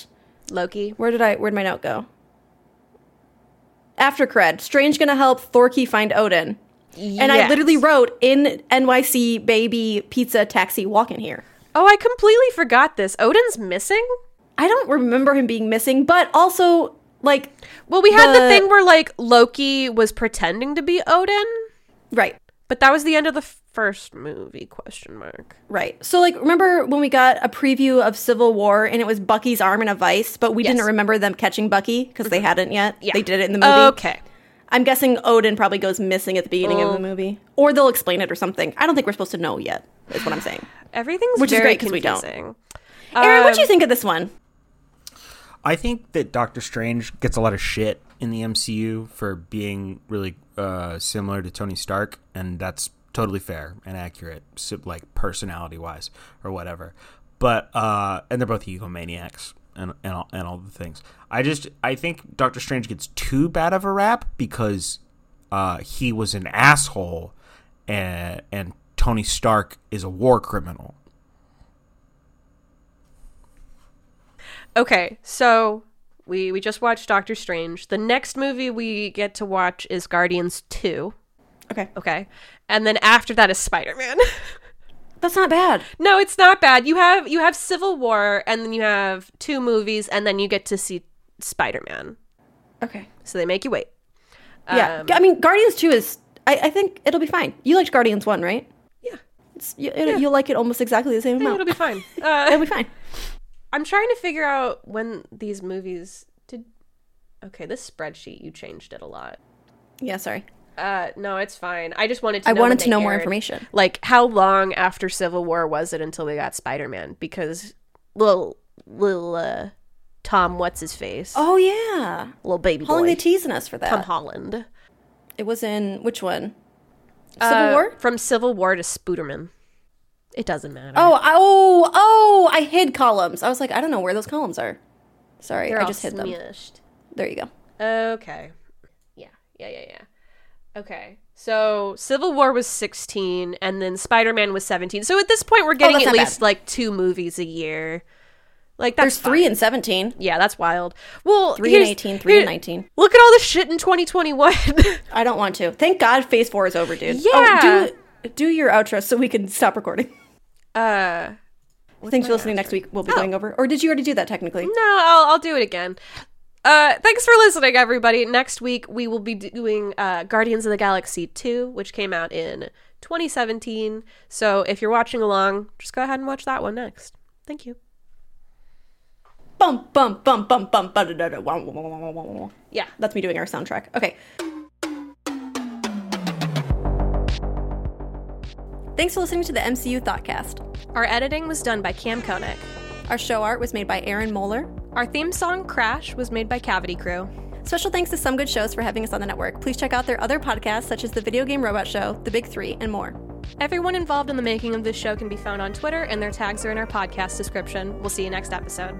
S1: Loki.
S2: where did I where'd my note go? After cred, Strange gonna help Thorkey find Odin, and I
S1: Yes.
S2: literally wrote in NYC baby pizza taxi walk in here.
S1: Oh, I completely forgot this. Odin's missing.
S2: I don't remember him being missing, but also like
S1: Well, we had the
S2: But-
S1: thing where like Loki was pretending to be Odin.
S2: right,
S1: But that was the end of the first movie? Question mark.
S2: Right. So, like, remember when we got a preview of Civil War and it was Bucky's arm in a vice, but we
S1: Yes. Mm-hmm.
S2: didn't remember them catching Bucky because they hadn't yet.
S1: Yeah.
S2: They did it in the movie.
S1: Okay.
S2: I'm guessing Odin probably goes missing at the beginning
S1: Oh.
S2: of the movie, or they'll explain it or something. I don't think we're supposed to know yet. Is what I'm saying.
S1: Everything's
S2: Which is
S1: very
S2: great 'cause we don't.
S1: confusing.
S2: Aaron, what do you
S1: Um,
S2: think of this one?
S3: I think that Doctor Strange gets a lot of shit in the MCU for being really uh, similar to Tony Stark, and that's totally fair and accurate, so, like personality wise or whatever. But uh, and they're both egomaniacs and and all, and all the things. I just I think Doctor Strange gets too bad of a rap because uh, he was an asshole, and and Tony Stark is a war criminal.
S1: Okay, so we we just watched Doctor Strange. The next movie we get to watch is Guardians Two.
S2: Okay,
S1: Okay, and then after that is Spider Man.
S2: that's not bad.
S1: no, it's not bad. You have you have Civil War, and then you have two movies, and then you get to see Spider Man.
S2: Okay,
S1: So they make you wait.
S2: yeah.
S1: Um,
S2: I mean, Guardians Two is. I, I think it'll be fine. You liked Guardians One, right?
S1: Yeah.
S2: It's, you, it, You'll like it almost exactly the same
S1: I think
S2: amount.
S1: it'll
S2: It'll
S1: be fine. Uh,
S2: be, fine.
S1: I'm trying to figure out when these movies did. Okay, this spreadsheet you changed it a lot.
S2: Yeah. Sorry.
S1: Uh, no, it's fine. I just wanted to.
S2: I
S1: know when
S2: wanted to
S1: they
S2: know more
S1: aired.
S2: information.
S1: Like, how long after Civil War was it until we got Spider Man? Because little little uh, Tom, what's his face?
S2: Oh yeah.
S1: little baby
S2: How long
S1: boy,
S2: they teasing us for that?
S1: Tom Holland.
S2: Uh, It was in which one? Civil
S1: Uh,
S2: War.
S1: From Civil War to Spooderman. It doesn't matter.
S2: Oh, I- oh, oh! I hid columns. I was like, I don't know where those columns are. Sorry,
S1: They're
S2: I
S1: all
S2: just hid them.
S1: smushed.
S2: There you go.
S1: Okay. Yeah. Yeah. Yeah. Yeah. Okay. So Civil War was 16, and then Spider Man was 17. So at this point, we're getting
S2: Oh, that's
S1: at
S2: not bad.
S1: least like two movies a year. Like that's
S2: There's three and seventeen,
S1: Yeah, that's wild. Well,
S2: three and
S1: here's-
S2: 18, three and
S1: here-
S2: nineteen.
S1: Look at all the shit in 2021.
S2: I don't want to. Thank God, Phase Four is over, dude.
S1: Yeah.
S2: Oh, do do your outro so we can stop recording.
S1: uh,
S2: Thanks for listening. Next week we'll be going
S1: Oh.
S2: over. Or did you already do that technically?
S1: no, I'll, I'll do it again. Uh, thanks for listening, everybody. Next week we will be doing uh, Guardians of the Galaxy 2, which came out in 2017. So if you're watching along, just go ahead and watch that one next. Thank you.
S2: Bum bum bum bum bum. ba- da- da- da- wah- wah- wah- wah- wah- wah- wah.
S1: Yeah.
S2: That's me doing our soundtrack. Okay. Thanks for listening to the MCU Thoughtcast.
S1: Our editing was done by Cam Koenig.
S2: Our show art was made by Aaron Moeller.
S1: Our theme song, Crash, was made by Cavity Crew.
S2: Special thanks to Some Good Shows for having us on the network. Please check out their other podcasts, such as The Video Game Robot Show, The Big Three, and more.
S1: Everyone involved in the making of this show can be found on Twitter, and their tags are in our podcast description. We'll see you next episode.